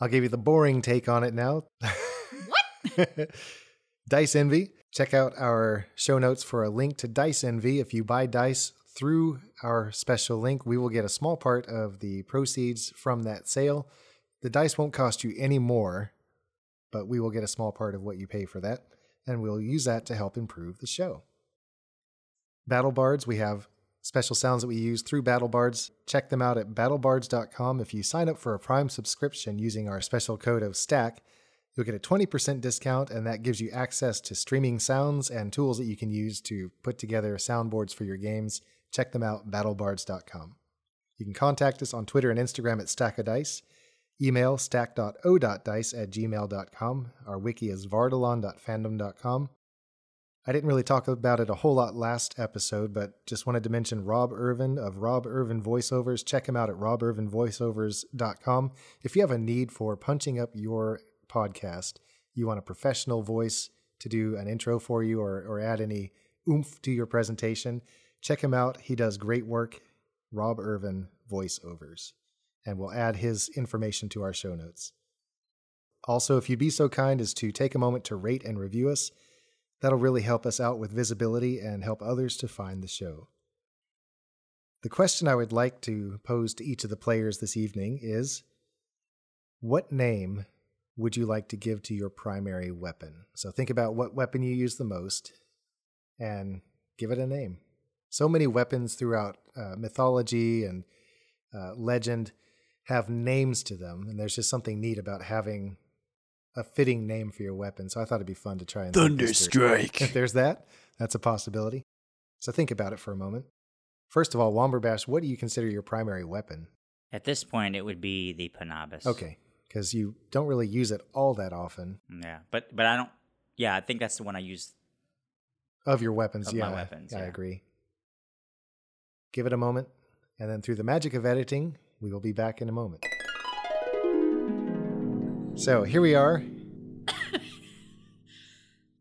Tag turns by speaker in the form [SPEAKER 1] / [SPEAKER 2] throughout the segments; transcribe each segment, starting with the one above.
[SPEAKER 1] I'll give you the boring take on it now. What? Dice Envy. Check out our show notes for a link to Dice Envy. If you buy dice through our special link, we will get a small part of the proceeds from that sale. The dice won't cost you any more, but we will get a small part of what you pay for that, and we'll use that to help improve the show. Battle Bards, we have special sounds that we use through Battle Bards. Check them out at battlebards.com. If you sign up for a Prime subscription using our special code of STACK, you'll get a 20% discount, and that gives you access to streaming sounds and tools that you can use to put together soundboards for your games. Check them out, battlebards.com. You can contact us on Twitter and Instagram at stackadice, email stack.o.dice at gmail.com. Our wiki is vardalon.fandom.com. I didn't really talk about it a whole lot last episode, but just wanted to mention Rob Irvin of Rob Irvin Voiceovers. Check him out at robirvinvoiceovers.com. If you have a need for punching up your podcast, you want a professional voice to do an intro for you or, or add any oomph to your presentation, check him out. He does great work. Rob Irvin Voiceovers. And we'll add his information to our show notes. Also, if you'd be so kind as to take a moment to rate and review us, That'll really help us out with visibility and help others to find the show. The question I would like to pose to each of the players this evening is What name would you like to give to your primary weapon? So think about what weapon you use the most and give it a name. So many weapons throughout uh, mythology and uh, legend have names to them, and there's just something neat about having a fitting name for your weapon. So I thought it'd be fun to try and think this through. If
[SPEAKER 2] Thunderstrike.
[SPEAKER 1] there's that, that's a possibility. So think about it for a moment. First of all, Womberbash, what do you consider your primary weapon?
[SPEAKER 3] At this point, it would be the Panabas.
[SPEAKER 1] Okay, because you don't really use it all that often.
[SPEAKER 3] Yeah, but but I don't. Yeah, I think that's the one I use.
[SPEAKER 1] Of your weapons,
[SPEAKER 3] Of
[SPEAKER 1] yeah.
[SPEAKER 3] my weapons,
[SPEAKER 1] I
[SPEAKER 3] yeah.
[SPEAKER 1] agree. Give it a moment, and then through the magic of editing, we will be back in a moment. So here we are.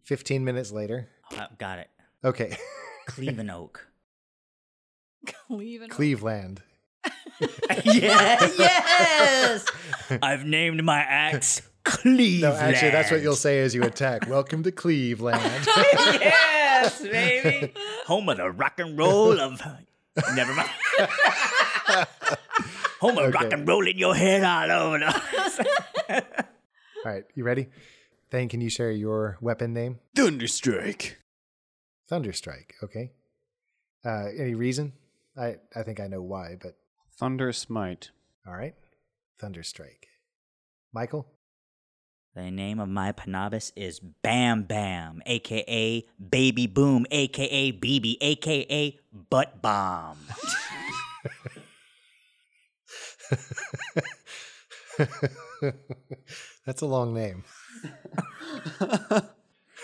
[SPEAKER 1] 15 minutes later.
[SPEAKER 3] Uh, got it.
[SPEAKER 1] Okay,
[SPEAKER 3] Cleveland Oak.
[SPEAKER 4] Cleveland.
[SPEAKER 1] Cleveland.
[SPEAKER 3] yeah, yes. I've named my axe Cleveland.
[SPEAKER 1] No, actually, that's what you'll say as you attack. Welcome to Cleveland.
[SPEAKER 3] yes, baby. Home of the rock and roll of. Never mind. Home of rock
[SPEAKER 1] Okay.
[SPEAKER 3] and roll in your head all over. The-
[SPEAKER 1] All right, you ready? Thane, can you share your weapon name?
[SPEAKER 2] Thunderstrike.
[SPEAKER 1] Thunderstrike, okay. Uh, any reason? I, I think I know why, but
[SPEAKER 5] Thunder Smite.
[SPEAKER 1] all right. Thunderstrike. Michael?
[SPEAKER 3] the name of my Panabas is Bam Bam, aka Baby Boom, aka BB, aka Butt Bomb.
[SPEAKER 1] That's a long name.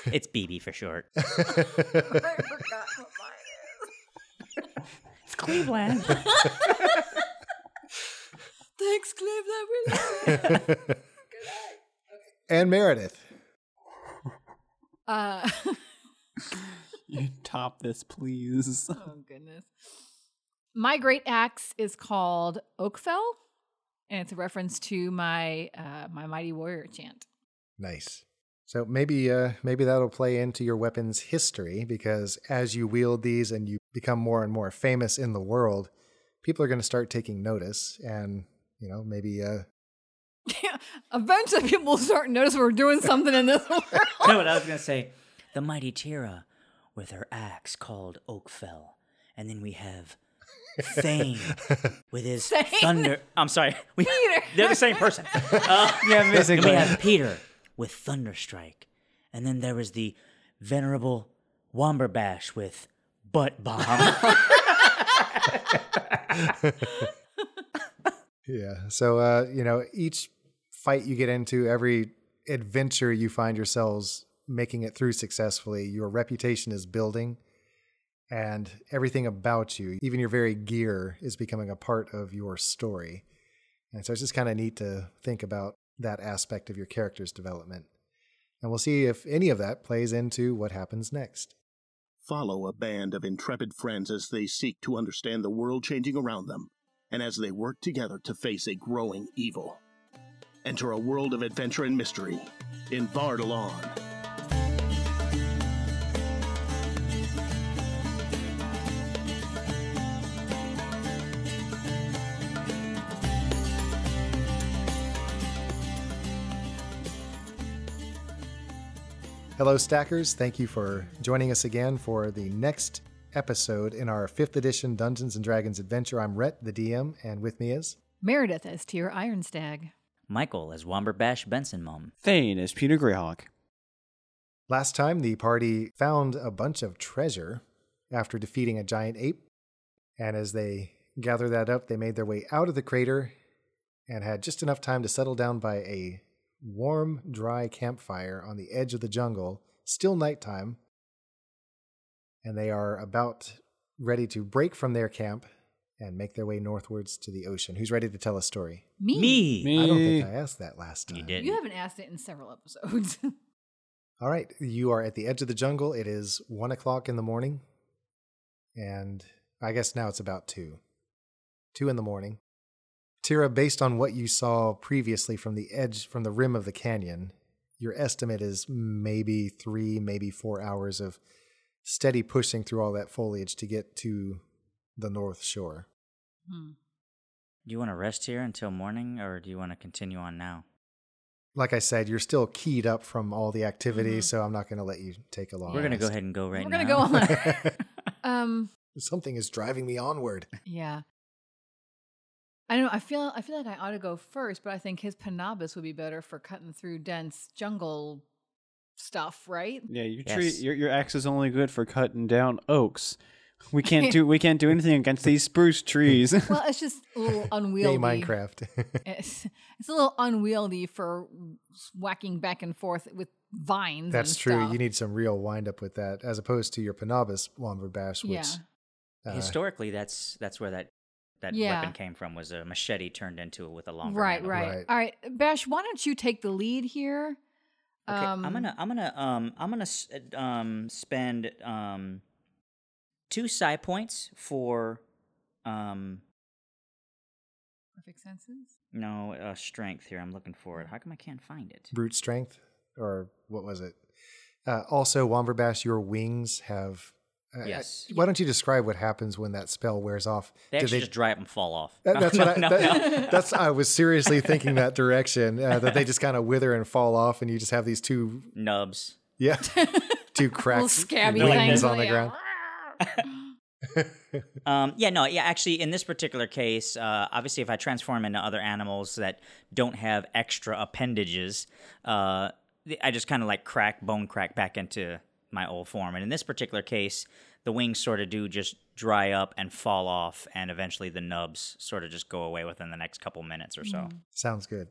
[SPEAKER 3] It's BB for short.
[SPEAKER 4] I forgot what mine is.
[SPEAKER 3] It's Cleveland.
[SPEAKER 4] Thanks, Cleveland. We love you.
[SPEAKER 1] and Meredith.
[SPEAKER 4] Uh,
[SPEAKER 5] You top this, please.
[SPEAKER 4] oh, goodness. My great axe is called Oakfell, and it's a reference to my uh, my mighty warrior chant.
[SPEAKER 1] Nice. So maybe uh, maybe that'll play into your weapon's history because as you wield these and you become more and more famous in the world, people are going to start taking notice, and you know maybe uh,
[SPEAKER 4] Eventually, people will start notice we're doing something in this world.
[SPEAKER 3] know what I was gonna say? The mighty Tira with her axe called Oakfell, and then we have Thane with his
[SPEAKER 4] Thane?
[SPEAKER 3] thunder. I'm sorry, we,
[SPEAKER 4] Peter.
[SPEAKER 3] they're the same person. Uh,
[SPEAKER 5] Yeah,
[SPEAKER 3] and
[SPEAKER 5] basically.
[SPEAKER 3] we have Peter with Thunderstrike, and then there was the venerable Womberbash with Butt Bomb.
[SPEAKER 1] Yeah. So uh, you know, each fight you get into, every adventure you find yourselves making it through successfully, your reputation is building and everything about you, even your very gear is becoming a part of your story. And so it's just kind of neat to think about that aspect of your character's development. And we'll see if any of that plays into what happens next.
[SPEAKER 6] Follow a band of intrepid friends as they seek to understand the world changing around them and as they work together to face a growing evil. Enter a world of adventure and mystery in Vardalon.
[SPEAKER 1] Hello, Stackers. Thank you for joining us again for the next episode in our fifth edition Dungeons and Dragons adventure. I'm Rhett, the DM, and with me is
[SPEAKER 4] Meredith as Tier Iron Stag.
[SPEAKER 3] Michael as Womberbash Benson Mom.
[SPEAKER 5] Thane is Peter Greyhawk.
[SPEAKER 1] Last time, the party found a bunch of treasure after defeating a giant ape. And as they gathered that up, they made their way out of the crater and had just enough time to settle down by a warm, dry campfire on the edge of the jungle, still nighttime. And they are about ready to break from their camp and make their way northwards to the ocean. Who's ready to tell a story?
[SPEAKER 4] Me.
[SPEAKER 3] Me.
[SPEAKER 1] I don't think
[SPEAKER 5] Me.
[SPEAKER 1] I asked that last time.
[SPEAKER 3] Eh, You did.
[SPEAKER 4] You haven't asked it in several episodes.
[SPEAKER 1] All right, you are at the edge of the jungle. It is one o'clock in the morning, and I guess now it's about two, two in the morning. Tira, based on what you saw previously from the edge, from the rim of the canyon, your estimate is maybe three, maybe four hours of steady pushing through all that foliage to get to the north shore.
[SPEAKER 4] Hmm.
[SPEAKER 3] Do you want to rest here until morning, or do you want to continue on now?
[SPEAKER 1] Like I said, you're still keyed up from all the activity,
[SPEAKER 4] Mhm.
[SPEAKER 1] so I'm not going to let you take a long.
[SPEAKER 3] Mm-hmm. We're gonna go
[SPEAKER 1] rest.
[SPEAKER 3] ahead and go right
[SPEAKER 4] We're
[SPEAKER 3] now.
[SPEAKER 4] gonna go on.
[SPEAKER 5] Uh.
[SPEAKER 4] Um.
[SPEAKER 1] Something is driving me onward.
[SPEAKER 4] Yeah. I don't know. I feel I feel like I ought to go first, but I think his panabas would be better for cutting through dense jungle stuff, right?
[SPEAKER 5] Yeah, your
[SPEAKER 3] Yes.
[SPEAKER 5] tree, your your axe is only good for cutting down oaks. We can't do we can't do anything against these spruce trees.
[SPEAKER 4] Well, it's just a little unwieldy.
[SPEAKER 1] Yay, Minecraft.
[SPEAKER 4] It's, it's a little unwieldy for whacking back and forth with vines.
[SPEAKER 1] That's
[SPEAKER 4] and
[SPEAKER 1] true.
[SPEAKER 4] stuff.
[SPEAKER 1] You need some real wind up with that, as opposed to your Panabas Womberbash, which uh,
[SPEAKER 3] Historically, that's that's where that that
[SPEAKER 4] Yeah.
[SPEAKER 3] weapon came from was a machete turned into it with a long
[SPEAKER 4] right, right,
[SPEAKER 1] Right.
[SPEAKER 4] All right, Bash. Why don't you take the lead here?
[SPEAKER 3] Okay, I'm
[SPEAKER 4] Um,
[SPEAKER 3] gonna, I'm gonna, um, I'm gonna, s- uh, um, spend um, two psi points for, um,
[SPEAKER 4] Perfect senses.
[SPEAKER 3] no, uh, strength here. I'm looking for it. How come I can't find it?
[SPEAKER 1] brute strength, or what was it? Uh, also, Womberbash, your wings have. Uh,
[SPEAKER 3] Yes.
[SPEAKER 1] why don't you describe what happens when that spell wears off?
[SPEAKER 3] They
[SPEAKER 1] Do
[SPEAKER 3] actually just dry up and fall off.
[SPEAKER 1] That- that's
[SPEAKER 3] No,
[SPEAKER 1] what I,
[SPEAKER 3] no,
[SPEAKER 1] that-
[SPEAKER 3] no.
[SPEAKER 1] that's I was seriously thinking that direction uh, that they just kind of wither and fall off, and you just have these two
[SPEAKER 3] Nubs.
[SPEAKER 1] yeah two
[SPEAKER 4] Little
[SPEAKER 1] cracks
[SPEAKER 4] scabby
[SPEAKER 1] wings
[SPEAKER 4] things
[SPEAKER 1] on the
[SPEAKER 4] yeah.
[SPEAKER 1] ground.
[SPEAKER 3] Um, yeah, no, yeah. Actually, in this particular case, uh, obviously, if I transform into other animals that don't have extra appendages, uh, th- I just kind of like crack, bone crack back into my old form. And in this particular case, the wings sort of do just dry up and fall off, and eventually the nubs sort of just go away within the next couple minutes or so.
[SPEAKER 1] Sounds good.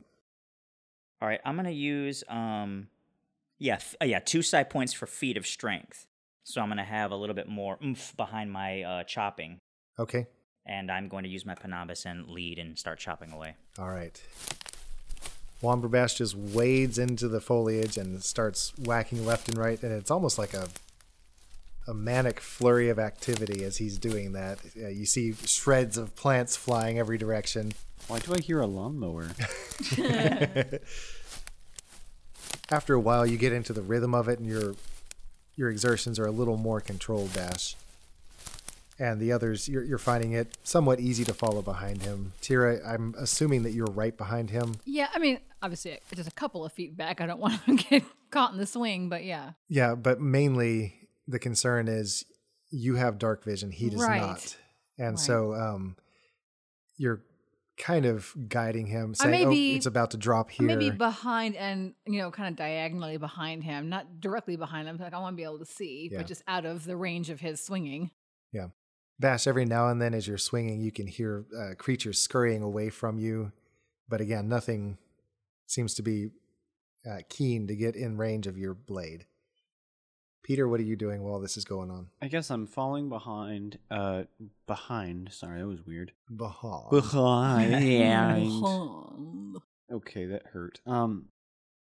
[SPEAKER 3] All right, I'm gonna use um, yeah, f- uh, yeah, two side points for feet of strength. So I'm gonna have a little bit more oomph behind my uh, chopping
[SPEAKER 1] Okay.
[SPEAKER 3] and I'm going to use my panabas and lead and start chopping away.
[SPEAKER 1] All right. Womberbash just wades into the foliage and starts whacking left and right, and it's almost like a a manic flurry of activity as he's doing that. Uh, you see shreds of plants flying every direction.
[SPEAKER 5] Why do I hear a lawnmower?
[SPEAKER 1] After a while, you get into the rhythm of it, and your your exertions are a little more controlled, Dash. And the others, you're, you're finding it somewhat easy to follow behind him. Tira, I'm assuming that you're right behind him.
[SPEAKER 4] Yeah, I mean, obviously, it's just a couple of feet back. I don't want to get caught in the swing, but yeah.
[SPEAKER 1] Yeah, but mainly the concern is you have dark vision, he does
[SPEAKER 4] Right.
[SPEAKER 1] not. And so um you're kind of guiding him saying
[SPEAKER 4] may
[SPEAKER 1] oh
[SPEAKER 4] be-
[SPEAKER 1] it's about to drop
[SPEAKER 4] I
[SPEAKER 1] here.
[SPEAKER 4] may be behind and, you know, kind of diagonally behind him, not directly behind him. Like, I want to be able to see,
[SPEAKER 1] Yeah.
[SPEAKER 4] but just out of the range of his swinging.
[SPEAKER 1] Bash every now and then as you're swinging you can hear uh, creatures scurrying away from you, but again nothing seems to be uh, keen to get in range of your blade. Peter, what are you doing while this is going on?
[SPEAKER 5] I guess I'm falling behind. Uh, behind. Sorry, that was weird.
[SPEAKER 1] Baha.
[SPEAKER 5] Behind.
[SPEAKER 4] Behind.
[SPEAKER 5] Okay, that hurt. Um,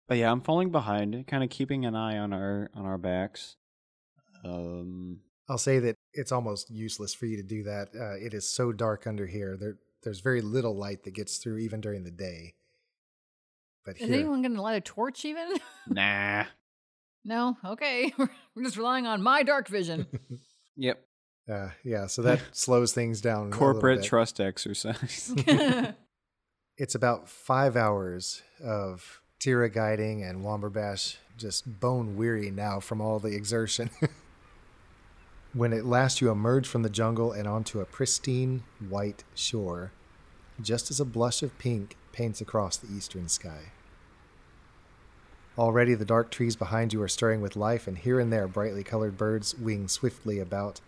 [SPEAKER 5] but yeah, I'm falling behind, kind of keeping an eye on our on our backs. Um,
[SPEAKER 1] I'll say that it's almost useless for you to do that. Uh, it is so dark under here. There, there's very little light that gets through even during the day. But
[SPEAKER 4] Is
[SPEAKER 1] here,
[SPEAKER 4] anyone going to light a torch even?
[SPEAKER 5] Nah.
[SPEAKER 4] no? Okay. We're just relying on my dark vision.
[SPEAKER 5] Yep.
[SPEAKER 1] uh, yeah, so that slows things down. a little
[SPEAKER 5] Corporate
[SPEAKER 1] bit.
[SPEAKER 5] trust exercise.
[SPEAKER 1] It's about five hours of Tira guiding and Womberbash just bone weary now from all the exertion. when at last you emerge from the jungle and onto a pristine white shore, just as a blush of pink paints across the eastern sky. Already the dark trees behind you are stirring with life, and here and there brightly colored birds wing swiftly about.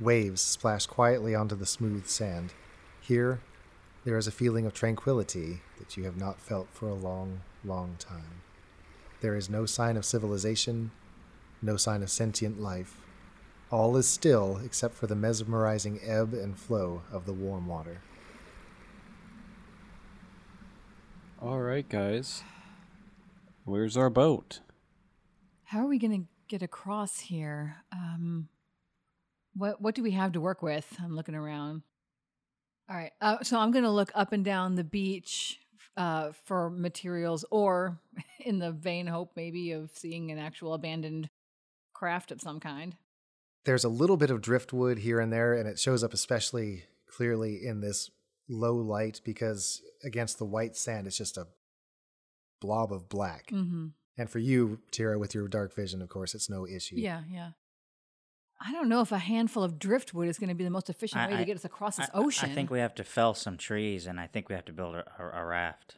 [SPEAKER 1] Waves splash quietly onto the smooth sand. Here, there is a feeling of tranquility that you have not felt for a long, long time. There is no sign of civilization, no sign of sentient life. All is still except for the mesmerizing ebb and flow of the warm water.
[SPEAKER 5] All right, guys. Where's our boat?
[SPEAKER 4] How are we going to get across here? Um, what what do we have to work with? I'm looking around. All right, uh, so I'm going to look up and down the beach uh, for materials, or in the vain hope maybe of seeing an actual abandoned craft of some kind.
[SPEAKER 1] There's a little bit of driftwood here and there, and it shows up especially clearly in this low light because against the white sand, it's just a blob of black.
[SPEAKER 4] Mm-hmm.
[SPEAKER 1] And for you, Tira, with your dark vision, of course, it's no issue.
[SPEAKER 4] Yeah, yeah. I don't know if a handful of driftwood is going to be the most efficient
[SPEAKER 3] I-
[SPEAKER 4] way
[SPEAKER 3] I-
[SPEAKER 4] to get us across
[SPEAKER 3] I-
[SPEAKER 4] this
[SPEAKER 3] I-
[SPEAKER 4] ocean.
[SPEAKER 3] I, think we have to fell some trees, and I think we have to build a, a, a raft.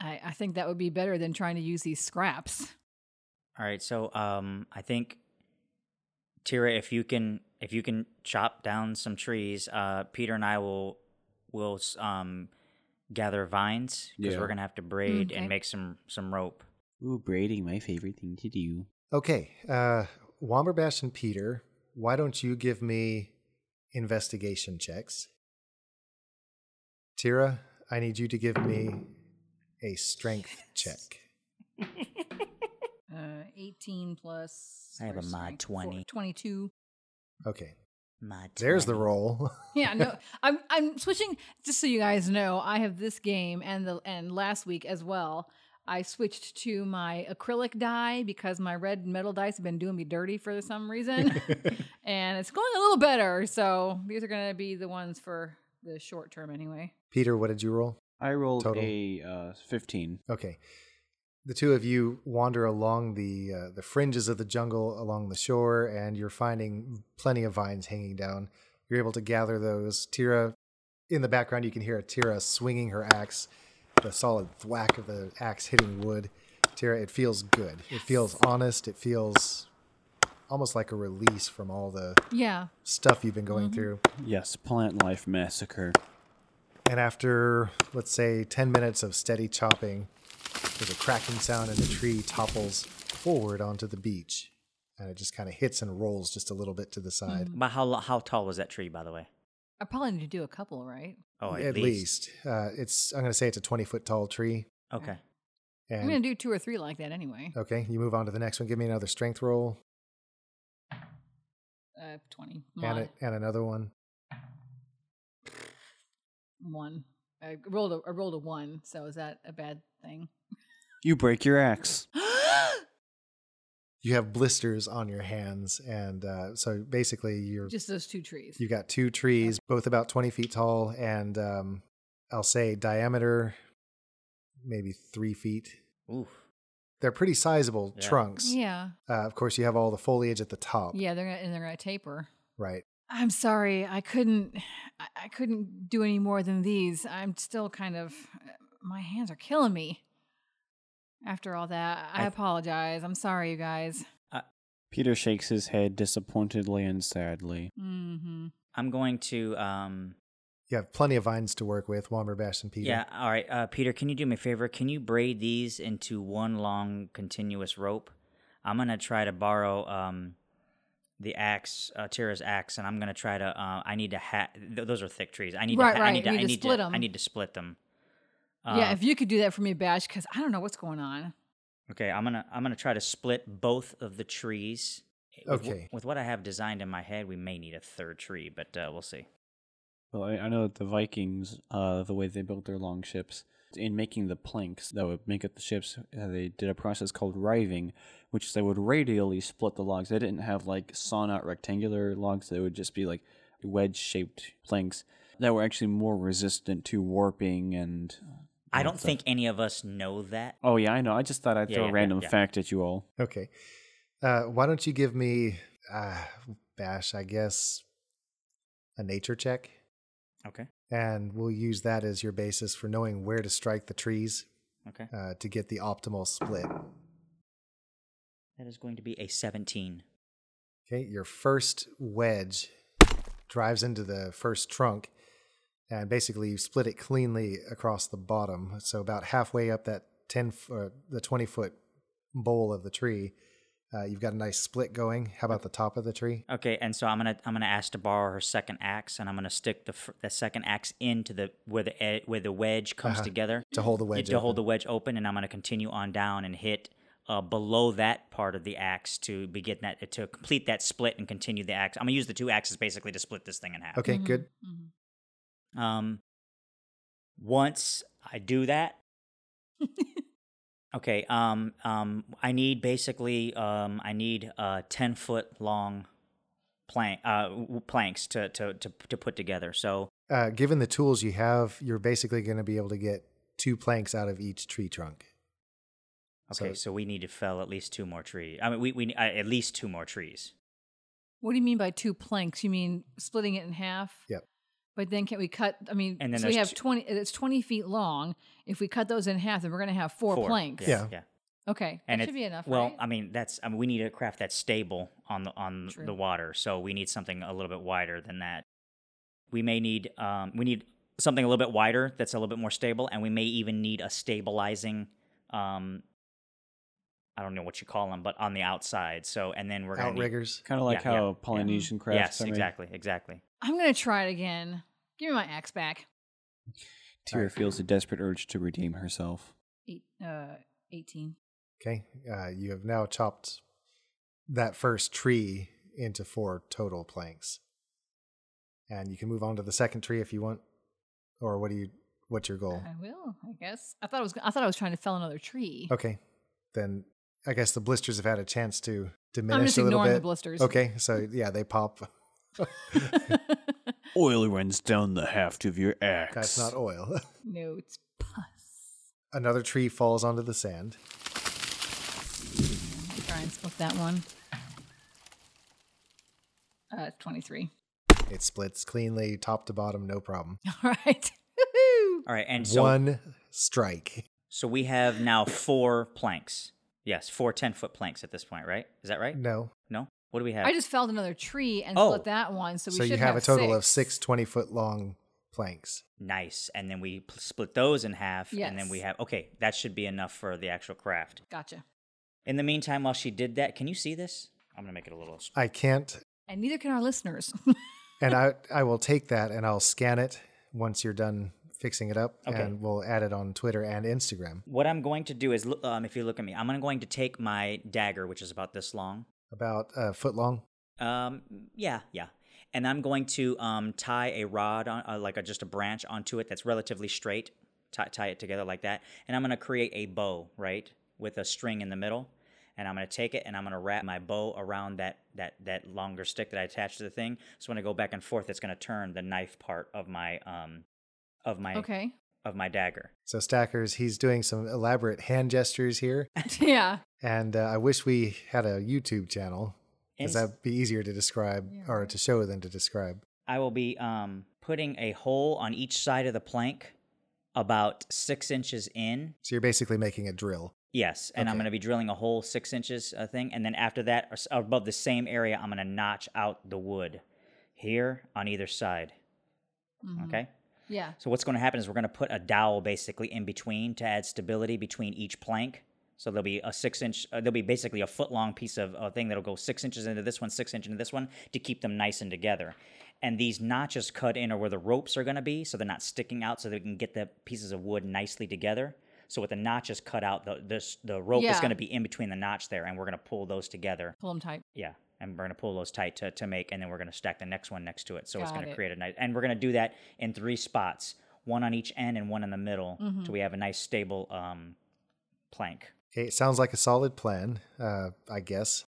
[SPEAKER 4] I, I think that would be better than trying to use these scraps.
[SPEAKER 3] All right, so um, I think Tira, if you can, if you can chop down some trees, uh, Peter and I will will s- um gather vines because
[SPEAKER 5] Yeah.
[SPEAKER 3] we're gonna have to braid
[SPEAKER 4] okay.
[SPEAKER 3] and make some some rope.
[SPEAKER 5] Ooh, braiding, my favorite thing to do.
[SPEAKER 1] Okay, uh, Womberbash and Peter, why don't you give me investigation checks? Tira, I need you to give me a strength check.
[SPEAKER 4] Uh, 18 plus.
[SPEAKER 3] I have a
[SPEAKER 4] where's
[SPEAKER 3] mod
[SPEAKER 4] my-
[SPEAKER 3] 20.
[SPEAKER 4] 22.
[SPEAKER 1] Okay,
[SPEAKER 3] My
[SPEAKER 1] there's the
[SPEAKER 3] 20.
[SPEAKER 1] roll.
[SPEAKER 4] Yeah, no, I'm I'm switching. Just so you guys know, I have this game and the and last week as well. I switched to my acrylic dye because my red metal dice have been doing me dirty for some reason, and it's going a little better. So these are gonna be the ones for the short term anyway.
[SPEAKER 1] Peter, what did you roll?
[SPEAKER 5] I rolled
[SPEAKER 1] Total.
[SPEAKER 5] a uh, 15.
[SPEAKER 1] Okay. The two of you wander along the uh, the fringes of the jungle along the shore, and you're finding plenty of vines hanging down. You're able to gather those. Tira, in the background, you can hear Tira swinging her axe, the solid thwack of the axe hitting wood. Tira, it feels good. It feels honest. It feels almost like a release from all the
[SPEAKER 4] Yeah,
[SPEAKER 1] stuff you've been going through.
[SPEAKER 5] Yes, plant life massacre.
[SPEAKER 1] And after, let's say, 10 minutes of steady chopping, there's a cracking sound and the tree topples forward onto the beach. And it just kind of hits and rolls just a little bit to the side.
[SPEAKER 3] But how lo- how tall was that tree, by the way?
[SPEAKER 4] I probably need to do a couple, right?
[SPEAKER 3] Oh,
[SPEAKER 1] at least. Uh, it's, I'm going to say it's a 20 foot tall tree.
[SPEAKER 3] Okay.
[SPEAKER 4] I'm gonna
[SPEAKER 1] And
[SPEAKER 4] do two or three like that anyway.
[SPEAKER 3] Uh,
[SPEAKER 1] okay, you move on to the next one. Give me another strength roll
[SPEAKER 4] Uh, Twenty.
[SPEAKER 1] and,
[SPEAKER 4] mod.
[SPEAKER 1] a, and another one.
[SPEAKER 4] one. I rolled a I rolled a one, so is that a bad thing?
[SPEAKER 5] You break your axe.
[SPEAKER 1] You have blisters on your hands. And uh, so basically, you're
[SPEAKER 4] Just those two trees.
[SPEAKER 1] You got two trees, both about 20 feet tall, and um, I'll say diameter, maybe three feet.
[SPEAKER 3] Oof.
[SPEAKER 1] They're pretty sizable
[SPEAKER 3] Yeah.
[SPEAKER 1] trunks.
[SPEAKER 4] Yeah,
[SPEAKER 1] Uh, of course, you have all the foliage at the top.
[SPEAKER 4] yeah. They're gonna and they're gonna taper.
[SPEAKER 1] Right.
[SPEAKER 4] I'm sorry, I couldn't. I, I couldn't do any more than these. I'm still kind of. My hands are killing me. After all that, I,
[SPEAKER 3] I-
[SPEAKER 4] apologize. I'm sorry, you guys.
[SPEAKER 5] Peter shakes his head disappointedly and sadly.
[SPEAKER 4] Mm-hmm.
[SPEAKER 3] I'm going to um
[SPEAKER 1] You have plenty of vines to work with, Womberbash and Peter.
[SPEAKER 3] yeah. All right, uh, Peter, can you do me a favor? Can you braid these into one long continuous rope? I'm gonna try to borrow um the axe, uh, Tira's axe, and I'm gonna try to. Uh, I need to hat. Th- those are thick trees. I need
[SPEAKER 4] Right,
[SPEAKER 3] to. Ha-
[SPEAKER 4] right,
[SPEAKER 3] I need
[SPEAKER 4] you need
[SPEAKER 3] I
[SPEAKER 4] to
[SPEAKER 3] need
[SPEAKER 4] split
[SPEAKER 3] to,
[SPEAKER 4] 'em.
[SPEAKER 3] I need to split them.
[SPEAKER 1] Uh,
[SPEAKER 4] yeah, if you could do that for me, Bash, because I don't know what's going on.
[SPEAKER 3] Um, Okay, I'm gonna I'm gonna try to split both of the trees. With wh-
[SPEAKER 1] Okay.
[SPEAKER 3] With what I have designed in my head, we may need a third tree, but uh, we'll see.
[SPEAKER 5] Well, I, I know that the Vikings, uh, the way they built their long ships, in making the planks that would make up the ships, uh, they did a process called riving, which is they would radially split the logs. They didn't have like sawn out rectangular logs, they would just be like wedge shaped planks that were actually more resistant to warping and.
[SPEAKER 3] I
[SPEAKER 5] and
[SPEAKER 3] don't
[SPEAKER 5] stuff.
[SPEAKER 3] think any of us know that.
[SPEAKER 5] Oh, yeah, I know. I just thought I'd
[SPEAKER 3] Yeah,
[SPEAKER 5] throw
[SPEAKER 3] yeah,
[SPEAKER 5] a
[SPEAKER 3] yeah,
[SPEAKER 5] random
[SPEAKER 3] yeah.
[SPEAKER 5] fact at you all.
[SPEAKER 1] Okay. Uh, why don't you give me, uh, Bash, I guess, a nature check?
[SPEAKER 3] Okay.
[SPEAKER 1] And we'll use that as your basis for knowing where to strike the trees
[SPEAKER 3] Okay.
[SPEAKER 1] uh, to get the optimal split.
[SPEAKER 3] That is going to be a 17.
[SPEAKER 1] Okay, your first wedge drives into the first trunk, and basically you split it cleanly across the bottom. So about halfway up that ten, f- or the twenty foot bowl of the tree, uh, you've got a nice split going. How about the top of the tree?
[SPEAKER 3] Okay, and so I'm gonna I'm gonna ask to borrow her second axe, and I'm gonna stick the fir- the second axe into the where the ed- where the wedge comes
[SPEAKER 1] Uh-huh.
[SPEAKER 3] together
[SPEAKER 1] To hold the
[SPEAKER 3] You-
[SPEAKER 1] wedge.
[SPEAKER 3] to hold the
[SPEAKER 1] open.
[SPEAKER 3] wedge open, and I'm gonna continue on down and hit uh, below that part of the axe to begin that to complete that split and continue the axe. I'm gonna use the two axes basically to split this thing in half.
[SPEAKER 1] Okay,
[SPEAKER 4] Mhm,
[SPEAKER 1] good.
[SPEAKER 4] mhm.
[SPEAKER 3] Um, once I do that, okay. Um, um, I need basically, um, I need uh, ten foot long plank, uh, w- planks to, to to to put together. So
[SPEAKER 1] Uh, given the tools you have, you're basically going to be able to get two planks out of each tree trunk.
[SPEAKER 3] okay, so,
[SPEAKER 1] So-
[SPEAKER 3] we need to fell at least two more trees. I mean, we we uh, at least two more trees.
[SPEAKER 4] What do you mean by two planks? You mean splitting it in half?
[SPEAKER 1] Yep.
[SPEAKER 4] But then can we cut? I mean,
[SPEAKER 3] And then
[SPEAKER 4] so we
[SPEAKER 3] there's
[SPEAKER 4] have
[SPEAKER 3] two-
[SPEAKER 4] twenty. It's twenty feet long. If we cut those in half, then we're going to have four, planks.
[SPEAKER 1] Yeah.
[SPEAKER 3] yeah.
[SPEAKER 4] Okay,
[SPEAKER 3] And
[SPEAKER 4] that
[SPEAKER 3] it-
[SPEAKER 4] should be enough.
[SPEAKER 3] Well,
[SPEAKER 4] right?
[SPEAKER 3] I mean, that's I mean, we need a craft that's stable on the on
[SPEAKER 4] True.
[SPEAKER 3] the water, so we need something a little bit wider than that. We may need um, we need something a little bit wider that's a little bit more stable, and we may even need a stabilizing. Um, I don't know what you call them, but on the outside. So, and then we're gonna need-
[SPEAKER 1] Outriggers.
[SPEAKER 5] Kind of like
[SPEAKER 3] Yeah, yeah,
[SPEAKER 5] how
[SPEAKER 3] yeah.
[SPEAKER 5] Polynesian crafts
[SPEAKER 3] yes,
[SPEAKER 5] are made.
[SPEAKER 3] exactly, exactly.
[SPEAKER 4] I'm going to try it again. Give me my axe back.
[SPEAKER 5] Tyr feels a desperate urge to redeem herself.
[SPEAKER 4] Eight, uh, eighteen.
[SPEAKER 1] Okay, uh, you have now chopped that first tree into four total planks, and you can move on to the second tree if you want. Or what do you? What's your goal?
[SPEAKER 4] I will, I guess. I thought I was. I thought I was trying to fell another tree.
[SPEAKER 1] Okay, then I guess the blisters have had a chance to diminish
[SPEAKER 4] I'm just
[SPEAKER 1] a little
[SPEAKER 4] ignoring
[SPEAKER 1] bit.
[SPEAKER 4] the blisters.
[SPEAKER 1] Okay, so yeah, they pop.
[SPEAKER 5] Oil runs down the haft of your axe.
[SPEAKER 1] That's not oil.
[SPEAKER 4] no, it's pus.
[SPEAKER 1] Another tree falls onto the sand.
[SPEAKER 4] Try and split that one. Uh, twenty-three.
[SPEAKER 1] It splits cleanly, top to bottom, no problem.
[SPEAKER 4] All right. Woohoo!
[SPEAKER 3] All right, and so
[SPEAKER 1] One strike.
[SPEAKER 3] so we have now four planks. Yes, four 10 foot planks at this point, right? Is that right?
[SPEAKER 1] No,
[SPEAKER 3] No. What do we have?
[SPEAKER 4] I just felled another tree and
[SPEAKER 3] Oh.
[SPEAKER 4] split that one, so we
[SPEAKER 1] so
[SPEAKER 4] should
[SPEAKER 1] you have, a total
[SPEAKER 4] six.
[SPEAKER 1] of six 20 foot long planks.
[SPEAKER 3] Nice. And then we pl- split those in half. And then we
[SPEAKER 4] Yes.
[SPEAKER 3] have, okay, that should be enough for the actual craft.
[SPEAKER 4] Gotcha.
[SPEAKER 3] In the meantime, while she did that, can you see this? I'm going to make it a little. s-
[SPEAKER 1] I can't
[SPEAKER 4] And neither can our listeners.
[SPEAKER 1] and I I will take that and I'll scan it once you're done fixing it up,
[SPEAKER 3] Okay.
[SPEAKER 1] and we'll add it on Twitter and Instagram.
[SPEAKER 3] What I'm going to do is, lo- um, if you look at me, I'm going to take my dagger, which is about this long.
[SPEAKER 1] About a foot long.
[SPEAKER 3] Um, yeah, yeah. And I'm going to um, tie a rod, on, uh, like a, just a branch onto it that's relatively straight, tie, tie it together like that. And I'm going to create a bow, right? With a string in the middle. And I'm going to take it and I'm going to wrap my bow around that, that, that longer stick that I attached to the thing. So when I go back and forth, it's going to turn the knife part of my, um, of my,
[SPEAKER 4] okay.
[SPEAKER 3] of my dagger.
[SPEAKER 1] So Stackers, he's doing some elaborate hand gestures here,
[SPEAKER 4] yeah.
[SPEAKER 1] and uh, I wish we had a YouTube channel
[SPEAKER 3] And
[SPEAKER 1] because that'd be easier to describe
[SPEAKER 4] Yeah.
[SPEAKER 1] or to show than to describe.
[SPEAKER 3] I will be um, putting a hole on each side of the plank about six inches in
[SPEAKER 1] So you're basically making a drill.
[SPEAKER 3] Yes, and I'm
[SPEAKER 1] Okay.
[SPEAKER 3] going to be drilling a hole six inches uh, thing, and then after that, or s- above the same area, I'm going to notch out the wood here on either side.
[SPEAKER 4] Mhm.
[SPEAKER 3] Okay,
[SPEAKER 4] Yeah.
[SPEAKER 3] so what's going to happen is we're going to put a dowel basically in between to add stability between each plank. So there'll be a six inch, uh, there'll be basically a foot long piece of uh, thing that'll go six inches into this one, six inches into this one to keep them nice and together. And these notches cut in are where the ropes are going to be, so they're not sticking out, so they can get the pieces of wood nicely together. So with the notches cut out, the this, the rope is
[SPEAKER 4] Yeah.
[SPEAKER 3] going to be in between the notch there, and we're going to pull those together.
[SPEAKER 4] Pull them tight.
[SPEAKER 3] Yeah, and we're going to pull those tight to, to make, and then we're going to stack the next one next to it. So it's
[SPEAKER 4] Got
[SPEAKER 3] going to
[SPEAKER 4] it.
[SPEAKER 3] create a nice, and we're going to do that in three spots. one on each end and one in the middle,
[SPEAKER 4] Mhm.
[SPEAKER 3] so we have a nice stable um, plank.
[SPEAKER 1] Okay, it sounds like a solid plan, uh, I guess.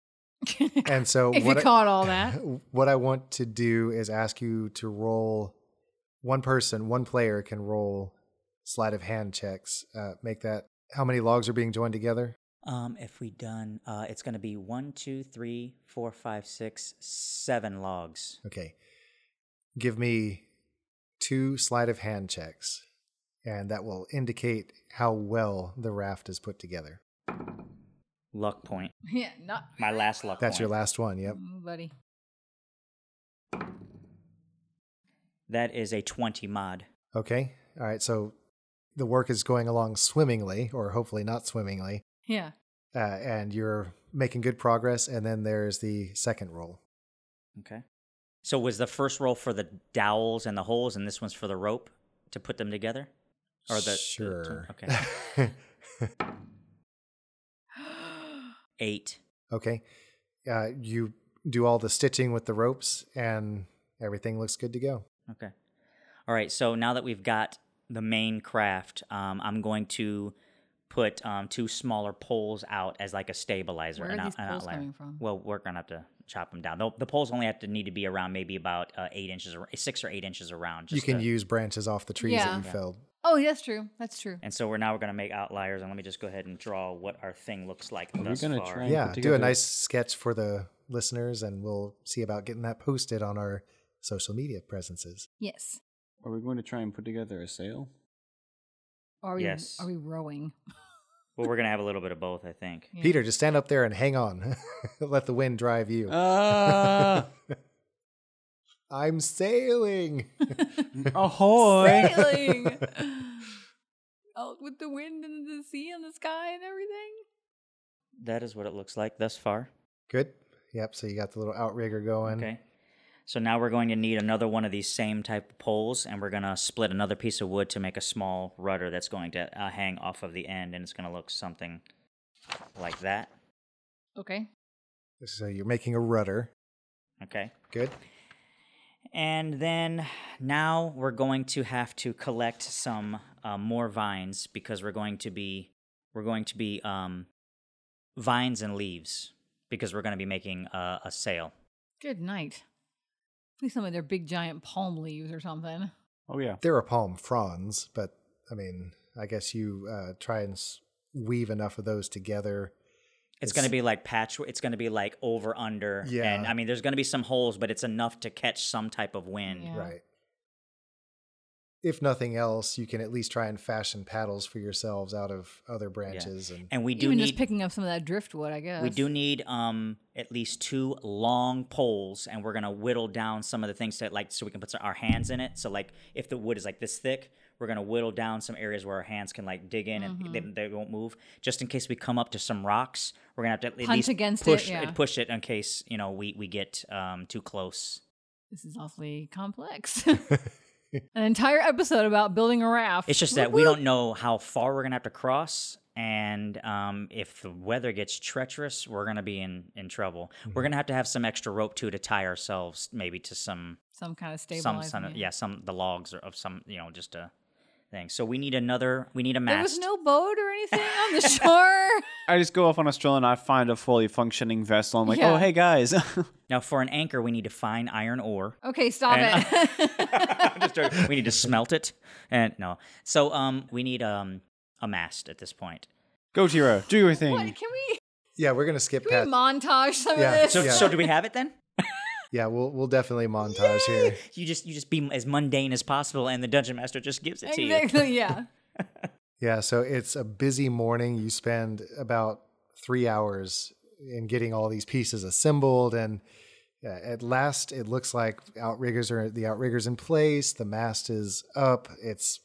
[SPEAKER 1] And so
[SPEAKER 4] if you
[SPEAKER 1] what I-
[SPEAKER 4] caught all that.
[SPEAKER 1] what I want to do is ask you to roll one person, one player can roll sleight of hand checks. Uh, make that how many logs are being joined together?
[SPEAKER 3] Um, if we done, uh, it's going to be one, two, three, four, five, six, seven logs.
[SPEAKER 1] Okay. Give me two sleight of hand checks, and that will indicate how well the raft is put together.
[SPEAKER 3] Luck point.
[SPEAKER 4] Yeah, not
[SPEAKER 3] My last luck.
[SPEAKER 1] That's your
[SPEAKER 3] point.
[SPEAKER 1] last one. Yep.
[SPEAKER 4] Mm, buddy.
[SPEAKER 3] That is a twenty mod.
[SPEAKER 4] Mm-hmm.
[SPEAKER 1] Okay. All right. So the work is going along swimmingly, or hopefully not swimmingly,
[SPEAKER 4] Yeah.
[SPEAKER 1] uh, and you're making good progress. And then there's the second roll.
[SPEAKER 3] Okay. So was the first roll for the dowels and the holes, and this one's for the rope to put them together? Or the- the-
[SPEAKER 1] sure.
[SPEAKER 3] okay.
[SPEAKER 1] okay.
[SPEAKER 3] Eight.
[SPEAKER 1] Uh, you do all the stitching with the ropes, and everything looks good to go.
[SPEAKER 3] Okay. All right. So now that we've got the main craft, um, I'm going to put um, two smaller poles out as like a stabilizer.
[SPEAKER 4] Where
[SPEAKER 3] an
[SPEAKER 4] are
[SPEAKER 3] out-
[SPEAKER 4] these
[SPEAKER 3] an
[SPEAKER 4] poles
[SPEAKER 3] outlier.
[SPEAKER 4] coming from?
[SPEAKER 3] Well, we're gonna have to chop them down. The, the poles only have to need to be around maybe about uh, eight inches, ar- six or eight inches around.
[SPEAKER 1] you
[SPEAKER 3] Just
[SPEAKER 1] can
[SPEAKER 3] to-
[SPEAKER 1] use branches off the trees
[SPEAKER 4] Yeah.
[SPEAKER 1] that you
[SPEAKER 3] Yeah.
[SPEAKER 1] felled.
[SPEAKER 4] Oh, that's true. That's true.
[SPEAKER 3] And so we're now we're gonna make outliers, and let me just go ahead and draw what our thing looks like
[SPEAKER 5] Are we
[SPEAKER 3] thus
[SPEAKER 5] gonna
[SPEAKER 3] far.
[SPEAKER 5] try and-
[SPEAKER 1] Yeah,
[SPEAKER 5] put
[SPEAKER 1] do a
[SPEAKER 5] together-
[SPEAKER 1] nice sketch for the listeners, and we'll see about getting that posted on our social media presences.
[SPEAKER 4] Yes.
[SPEAKER 5] Are we going to try and put together a sail?
[SPEAKER 4] Are we?
[SPEAKER 3] Yes.
[SPEAKER 4] Are we rowing?
[SPEAKER 3] Well, we're gonna have a little bit of both, I think.
[SPEAKER 4] Yeah.
[SPEAKER 1] Peter, just stand up there and hang on. Let the wind drive you.
[SPEAKER 3] Uh.
[SPEAKER 5] Ah,
[SPEAKER 1] I'm sailing.
[SPEAKER 5] ahoy!
[SPEAKER 4] Sailing. Out with the wind and the sea and the sky and everything.
[SPEAKER 3] That is what it looks like thus far.
[SPEAKER 1] Good. Yep. So you got the little outrigger going.
[SPEAKER 3] Okay. So now we're going to need another one of these same type of poles, and we're going to split another piece of wood to make a small rudder that's going to uh, hang off of the end, and it's going to look something like that.
[SPEAKER 4] Okay.
[SPEAKER 1] So you're making a rudder.
[SPEAKER 3] Okay.
[SPEAKER 1] Good.
[SPEAKER 3] And then now we're going to have to collect some uh, more vines because we're going to be we're going to be um, vines and leaves because we're going to be making uh, a sail.
[SPEAKER 4] Good night. Please tell me they're big giant palm leaves or something.
[SPEAKER 5] Oh yeah.
[SPEAKER 1] There are palm fronds, but I mean, I guess you uh, try and s- weave enough of those together.
[SPEAKER 3] It's, going to be like patch. It's going to be like over under.
[SPEAKER 1] Yeah.
[SPEAKER 3] And I mean, there's going to be some holes, but it's enough to catch some type of wind.
[SPEAKER 4] Yeah.
[SPEAKER 1] Right. If nothing else, you can at least try and fashion paddles for yourselves out of other branches. And,
[SPEAKER 3] And we do
[SPEAKER 4] Even just
[SPEAKER 3] need
[SPEAKER 4] picking up some of that driftwood, I guess.
[SPEAKER 3] we do need um at least two long poles, and we're going to whittle down some of the things that like so we can put some- our hands in it. So like if the wood is like this thick. We're gonna whittle down some areas where our hands can like dig in and
[SPEAKER 4] Mm-hmm.
[SPEAKER 3] they, they won't move, just in case we come up to some rocks. We're gonna have to at
[SPEAKER 4] Punch
[SPEAKER 3] least
[SPEAKER 4] against it,
[SPEAKER 3] push
[SPEAKER 4] yeah.
[SPEAKER 3] push it in case you know we we get um, too close.
[SPEAKER 4] This is awfully complex. An entire episode about building a raft.
[SPEAKER 3] It's just that we don't know how far we're gonna have to cross, and um, if the weather gets treacherous, we're gonna be in in trouble.
[SPEAKER 4] Mm-hmm.
[SPEAKER 3] We're gonna have to have some extra rope too to tie ourselves, maybe to some
[SPEAKER 4] some kind of
[SPEAKER 3] some,
[SPEAKER 4] stabilizing.
[SPEAKER 3] some
[SPEAKER 4] it.
[SPEAKER 3] yeah some the logs or of some you know just a thing. So we need another. We need a mast.
[SPEAKER 4] There was no boat or anything on the shore.
[SPEAKER 5] I just go off on a stroll and I find a fully functioning vessel. I'm like,
[SPEAKER 4] Yeah.
[SPEAKER 5] oh hey guys.
[SPEAKER 3] now for an anchor, we need to find iron ore.
[SPEAKER 4] Okay, stop
[SPEAKER 3] And-
[SPEAKER 4] it.
[SPEAKER 3] I'm just joking. We need to smelt it, and no. So um, we need um a mast at this point.
[SPEAKER 5] go Tiro, do your thing.
[SPEAKER 4] what, can we
[SPEAKER 1] yeah, we're gonna skip
[SPEAKER 4] can
[SPEAKER 1] past.
[SPEAKER 4] we montage some
[SPEAKER 1] Yeah,
[SPEAKER 4] of this?
[SPEAKER 3] So
[SPEAKER 1] Yeah.
[SPEAKER 3] so do we have it then?
[SPEAKER 1] yeah, we'll we'll definitely montage here.
[SPEAKER 3] You just you just be as mundane as possible, and the dungeon master just gives it to you.
[SPEAKER 4] exactly, yeah.
[SPEAKER 1] Yeah, so it's a busy morning. You spend about three hours in getting all these pieces assembled, and uh, at last, it looks like outriggers are the outriggers in place. The mast is up. It's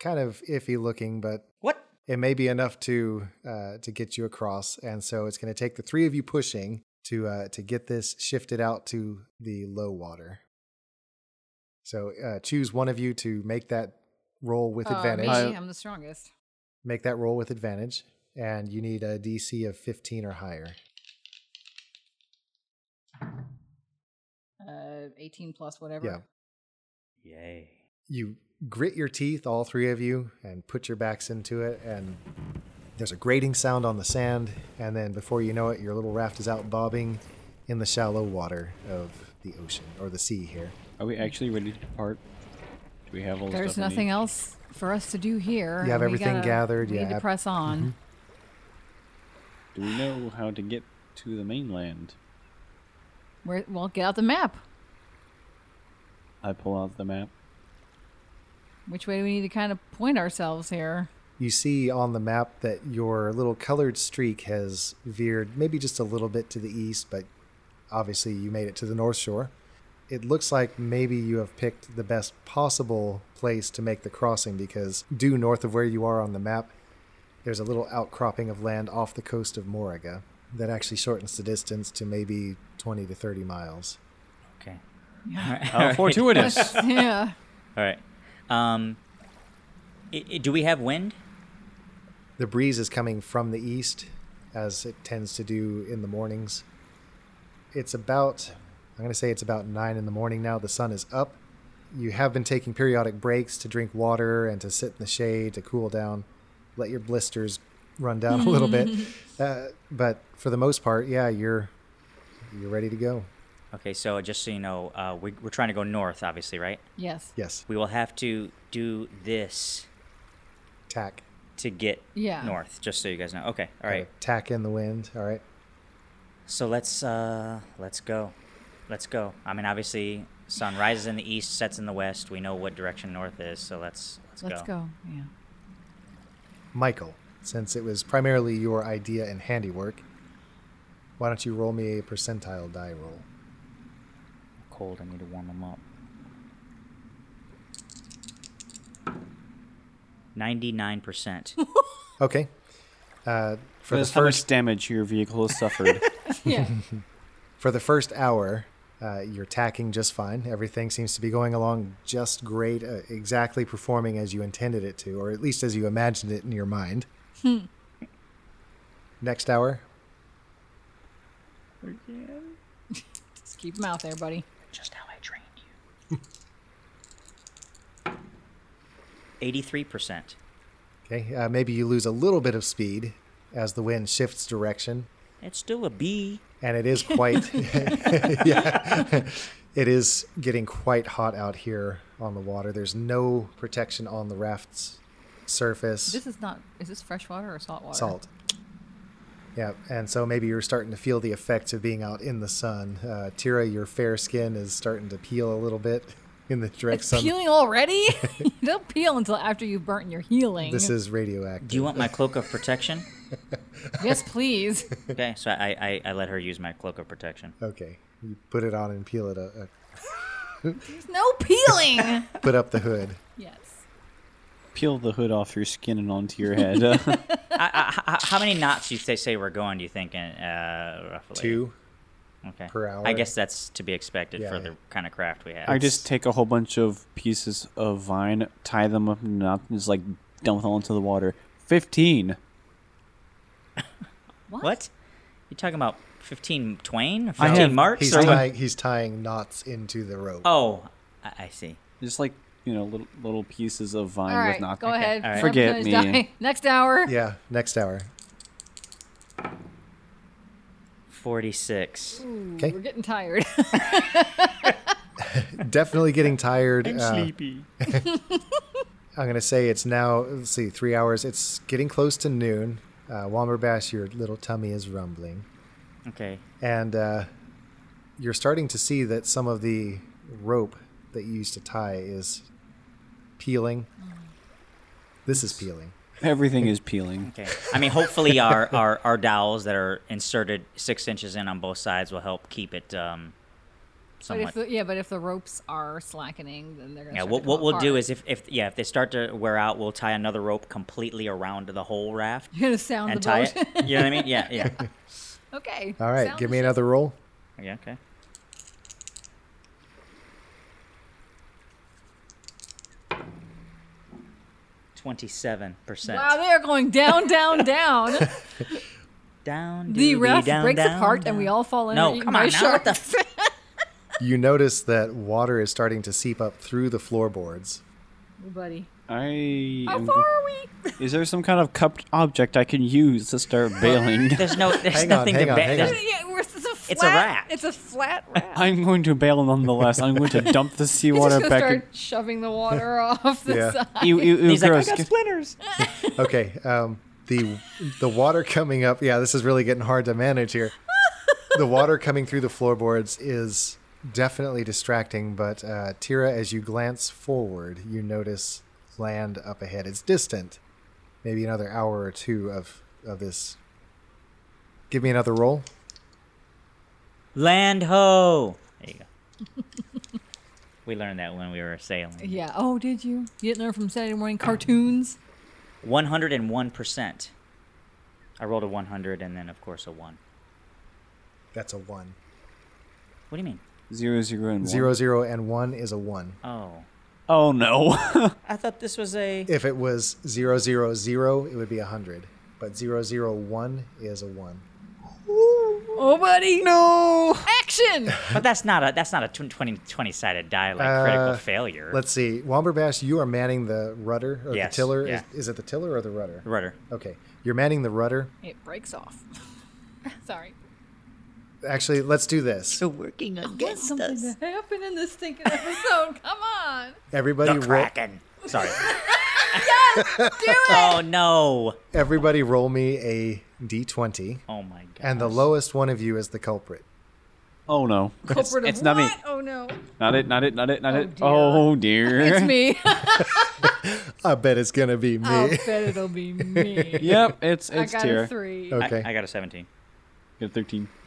[SPEAKER 1] kind of iffy looking, but
[SPEAKER 3] What?
[SPEAKER 1] it may be enough to uh, to get you across. And so it's going to take the three of you pushing to uh, to get this shifted out to the low water. So uh, choose one of you to make that roll with
[SPEAKER 4] Uh,
[SPEAKER 1] advantage
[SPEAKER 4] me,
[SPEAKER 5] I-
[SPEAKER 4] I'm the strongest.
[SPEAKER 1] make that roll with advantage and you need a dc of 15 or higher
[SPEAKER 4] Uh, 18 plus whatever.
[SPEAKER 1] Yeah.
[SPEAKER 3] Yay!
[SPEAKER 1] You grit your teeth, all three of you, and put your backs into it. And there's a grating sound on the sand. And then before you know it, your little raft is out bobbing in the shallow water of the ocean or the sea here.
[SPEAKER 5] Are we actually ready to depart? Do we have all the
[SPEAKER 4] There's
[SPEAKER 5] stuff we
[SPEAKER 4] nothing
[SPEAKER 5] need?
[SPEAKER 4] else for us to do here.
[SPEAKER 1] You have
[SPEAKER 4] We
[SPEAKER 1] everything
[SPEAKER 4] gotta-
[SPEAKER 1] gathered,
[SPEAKER 4] We
[SPEAKER 1] yeah, Mm-hmm.
[SPEAKER 4] need to
[SPEAKER 1] ab-
[SPEAKER 4] press on.
[SPEAKER 5] Do we know how to get to the mainland?
[SPEAKER 4] We're, well, get out the map.
[SPEAKER 5] I pull out the map.
[SPEAKER 4] Which way do we need to kind of point ourselves here?
[SPEAKER 1] You see on the map that your little colored streak has veered maybe just a little bit to the east, but obviously you made it to the North Shore. It looks like maybe you have picked the best possible place to make the crossing because due north of where you are on the map, there's a little outcropping of land off the coast of Moraga that actually shortens the distance to maybe 20 to 30 miles.
[SPEAKER 3] Okay.
[SPEAKER 5] How fortuitous!
[SPEAKER 4] yeah.
[SPEAKER 3] All right. Um, i i do we have wind?
[SPEAKER 1] The breeze is coming from the east, as it tends to do in the mornings. It's about, I'm going to say it's about nine in the morning now. The sun is up. You have been taking periodic breaks to drink water and to sit in the shade to cool down, let your blisters run down a little bit. Uh, but for the most part, yeah, you're you're ready to go.
[SPEAKER 3] Okay, so just so you know, uh, we, we're trying to go north, obviously, right?
[SPEAKER 4] Yes.
[SPEAKER 1] Yes,
[SPEAKER 3] We will have to do this
[SPEAKER 1] tack.
[SPEAKER 3] to get
[SPEAKER 4] Yeah.
[SPEAKER 3] north, just so you guys know. Okay, all right.
[SPEAKER 1] Gotta Tack in the wind. All right.
[SPEAKER 3] So let's uh, let's go, let's go. I mean, obviously, sun rises in the east, sets in the west. We know what direction north is, so let's let's,
[SPEAKER 4] Let's
[SPEAKER 3] go.
[SPEAKER 4] go. Yeah.
[SPEAKER 1] Michael, since it was primarily your idea and handiwork, why don't you roll me a percentile die roll?
[SPEAKER 3] Cold. I need to warm them up. Ninety-nine percent.
[SPEAKER 1] Okay. Uh, for the
[SPEAKER 5] That's how much
[SPEAKER 1] first
[SPEAKER 5] damage your vehicle has suffered.
[SPEAKER 4] Yeah.
[SPEAKER 1] for the first hour, uh, you're tacking just fine. Everything seems to be going along just great, uh, exactly performing as you intended it to, or at least as you imagined it in your mind. Next hour,
[SPEAKER 4] Just keep them out there, buddy.
[SPEAKER 3] Just how I trained you. Eighty-three percent.
[SPEAKER 1] okay, uh, maybe you lose a little bit of speed as the wind shifts direction,
[SPEAKER 3] It's still a B.
[SPEAKER 1] and it is quite yeah it is getting quite hot out here on the water there's no protection on the raft's surface
[SPEAKER 4] This is not. Is this fresh water or salt water?
[SPEAKER 1] salt yeah and so maybe you're starting to feel the effects of being out in the sun uh, tira your fair skin is starting to peel a little bit in the direct
[SPEAKER 4] It's
[SPEAKER 1] sun
[SPEAKER 4] peeling already. you don't peel until after you've burnt your healing.
[SPEAKER 1] this is radioactive
[SPEAKER 3] Do you want my cloak of protection?
[SPEAKER 4] yes, please.
[SPEAKER 3] Okay, so I, I, I let her use my cloak of protection.
[SPEAKER 1] okay you put it on and peel it up, uh,
[SPEAKER 4] There's no peeling.
[SPEAKER 1] put up the hood
[SPEAKER 4] yes.
[SPEAKER 5] Peel the hood off your skin and onto your head. Uh,
[SPEAKER 3] How, how many knots you say say we're going? Do you think, in, uh, roughly?
[SPEAKER 1] two
[SPEAKER 3] okay.
[SPEAKER 1] per hour.
[SPEAKER 3] I guess that's to be expected
[SPEAKER 1] Yeah,
[SPEAKER 3] for
[SPEAKER 1] yeah.
[SPEAKER 3] the kind of craft we have.
[SPEAKER 5] I just take a whole bunch of pieces of vine, tie them up in a knot, and just like dump them all into the water. Fifteen.
[SPEAKER 3] what? You talking about fifteen Twain?
[SPEAKER 5] I
[SPEAKER 3] Fifteen
[SPEAKER 5] have-
[SPEAKER 3] marks?
[SPEAKER 1] he's
[SPEAKER 3] or what?
[SPEAKER 1] tying, he's tying knots into the rope
[SPEAKER 3] Oh, I, I see.
[SPEAKER 5] Just like you know, little, little pieces of vine
[SPEAKER 4] All
[SPEAKER 5] with
[SPEAKER 4] right.
[SPEAKER 5] knot.
[SPEAKER 4] Go ahead.
[SPEAKER 3] All right.
[SPEAKER 4] Let
[SPEAKER 5] Forget
[SPEAKER 4] those
[SPEAKER 5] me.
[SPEAKER 4] die. Next hour.
[SPEAKER 1] yeah next hour
[SPEAKER 3] Forty-six.
[SPEAKER 4] Ooh,
[SPEAKER 1] Okay.
[SPEAKER 4] We're getting tired.
[SPEAKER 1] definitely getting tired. I'm sleepy. I'm gonna say it's now. Let's see, three hours. It's getting close to noon. Uh, Wamberbash, your little tummy is rumbling,
[SPEAKER 3] Okay.
[SPEAKER 1] and uh, you're starting to see that some of the rope that you used to tie is peeling. This is peeling.
[SPEAKER 5] Everything is peeling.
[SPEAKER 3] Okay. I mean, hopefully our, our, our dowels that are inserted six inches in on both sides will help keep it um,
[SPEAKER 4] But
[SPEAKER 3] somewhat.
[SPEAKER 4] if the, yeah, but if the ropes are slackening, then they're gonna.
[SPEAKER 3] Yeah,
[SPEAKER 4] start
[SPEAKER 3] what,
[SPEAKER 4] to
[SPEAKER 3] what
[SPEAKER 4] come
[SPEAKER 3] we'll do
[SPEAKER 4] apart.
[SPEAKER 3] is if, if yeah if they start to wear out, we'll tie another rope completely around the whole raft
[SPEAKER 4] you're gonna sound
[SPEAKER 3] and
[SPEAKER 4] the
[SPEAKER 3] tie
[SPEAKER 4] boat.
[SPEAKER 3] it. You know what I mean? Yeah, yeah.
[SPEAKER 4] okay.
[SPEAKER 1] All right,
[SPEAKER 4] sound
[SPEAKER 1] give
[SPEAKER 4] the
[SPEAKER 1] me
[SPEAKER 4] ship.
[SPEAKER 1] another roll.
[SPEAKER 3] Yeah, okay. Twenty-seven percent.
[SPEAKER 4] Wow, they are going down, down, down.
[SPEAKER 3] Down.
[SPEAKER 4] the
[SPEAKER 3] doobie,
[SPEAKER 4] raft
[SPEAKER 3] down,
[SPEAKER 4] breaks
[SPEAKER 3] down,
[SPEAKER 4] apart and we
[SPEAKER 3] down.
[SPEAKER 4] all fall in.
[SPEAKER 3] No, come on now. What the?
[SPEAKER 1] You notice that water is starting to seep up through the floorboards
[SPEAKER 4] Your buddy.
[SPEAKER 5] I.
[SPEAKER 4] How
[SPEAKER 5] am-
[SPEAKER 4] far are we?
[SPEAKER 5] Is there some kind of cupped object I can use to start bailing?
[SPEAKER 3] There's no. There's
[SPEAKER 1] Hang on,
[SPEAKER 3] nothing
[SPEAKER 1] hang
[SPEAKER 3] to
[SPEAKER 1] on,
[SPEAKER 3] bet.
[SPEAKER 1] hang
[SPEAKER 3] there's-
[SPEAKER 1] on.
[SPEAKER 4] Yeah, we're, it's a flat.
[SPEAKER 3] It's a rat.
[SPEAKER 4] It's a flat rat.
[SPEAKER 5] I'm going to bail nonetheless. I'm going to dump the
[SPEAKER 4] He's just
[SPEAKER 5] seawater
[SPEAKER 4] gonna
[SPEAKER 5] back.
[SPEAKER 4] start shoving the water off the
[SPEAKER 1] Yeah.
[SPEAKER 4] side.
[SPEAKER 5] in- Ew, ew, ew,
[SPEAKER 3] He's like, I
[SPEAKER 5] gross.
[SPEAKER 3] got splinters.
[SPEAKER 1] Okay. Um, the the water coming up. Yeah, this is really getting hard to manage here. The water coming through the floorboards is definitely distracting. But uh, Tira, as you glance forward, you notice land up ahead. It's distant, maybe another hour or two of of this. Give me another roll.
[SPEAKER 3] Land ho. There you go. we learned that when we were sailing.
[SPEAKER 4] Yeah. Oh, did you? You didn't learn from Saturday morning cartoons?
[SPEAKER 3] One hundred and one percent. I rolled a one hundred and then of course a one.
[SPEAKER 1] That's a one.
[SPEAKER 3] What do you mean?
[SPEAKER 5] Zero, zero, and one.
[SPEAKER 1] Zero, zero, and one is a one.
[SPEAKER 3] Oh,
[SPEAKER 5] Oh no.
[SPEAKER 3] I thought this was a.
[SPEAKER 1] If it was zero, zero, zero, it would be a hundred. But zero, zero, one is a one.
[SPEAKER 4] Oh, buddy. No. Action.
[SPEAKER 3] But that's not a. That's not a 20 20 sided die like critical
[SPEAKER 1] Uh,
[SPEAKER 3] failure.
[SPEAKER 1] Let's see. Womberbash, you are manning the rudder or
[SPEAKER 3] Yes,
[SPEAKER 1] the tiller.
[SPEAKER 3] yeah.
[SPEAKER 1] Is, is it the tiller or the rudder?
[SPEAKER 3] rudder.
[SPEAKER 1] Okay. You're manning the rudder.
[SPEAKER 4] It breaks off. Sorry.
[SPEAKER 1] Actually, let's do this.
[SPEAKER 2] So working
[SPEAKER 4] Get
[SPEAKER 2] against
[SPEAKER 4] something
[SPEAKER 2] us.
[SPEAKER 4] to happen in this stinking episode. Come on.
[SPEAKER 1] Everybody roll
[SPEAKER 3] Sorry. Oh no.
[SPEAKER 1] everybody roll me a D twenty.
[SPEAKER 3] Oh my god.
[SPEAKER 1] And the lowest one of you is the culprit.
[SPEAKER 5] Oh no. It's,
[SPEAKER 4] Culprit of
[SPEAKER 5] it's not me.
[SPEAKER 4] what? Oh no.
[SPEAKER 5] Not it. Not it. Not it. Not it.
[SPEAKER 4] dear.
[SPEAKER 5] Oh dear.
[SPEAKER 4] It's me.
[SPEAKER 1] I bet it's gonna be me.
[SPEAKER 4] I'll bet it'll be me.
[SPEAKER 5] Yep. It's
[SPEAKER 4] I
[SPEAKER 5] it's
[SPEAKER 4] got
[SPEAKER 5] Tira.
[SPEAKER 4] a three.
[SPEAKER 3] I,
[SPEAKER 1] okay.
[SPEAKER 3] I got a seventeen.
[SPEAKER 5] Got a thirteen.
[SPEAKER 1] Oh.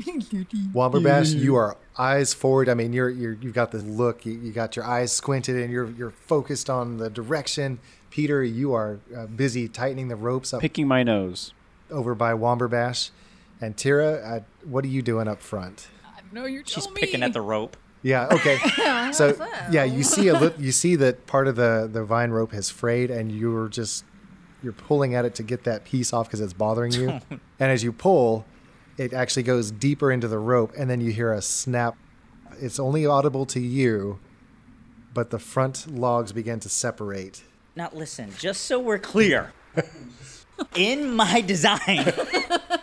[SPEAKER 3] Mm.
[SPEAKER 1] Womberbash, you are eyes forward. I mean, you're you're you've got the look. You, you got your eyes squinted, and you're you're focused on the direction. Peter, you are uh, busy tightening the ropes up
[SPEAKER 5] Picking my nose.
[SPEAKER 1] over by Womberbash, and Tira, uh, what are you doing up front?
[SPEAKER 4] I don't know. You're
[SPEAKER 3] She's picking at the rope.
[SPEAKER 1] Yeah. Okay. so yeah, you see a lit- you see that part of the the vine rope has frayed, and you're just you're pulling at it to get that piece off because it's bothering you. and as you pull, it actually goes deeper into the rope, and then you hear a snap. It's only audible to you, but the front logs begin to separate.
[SPEAKER 3] Now listen, just so we're clear. In my design,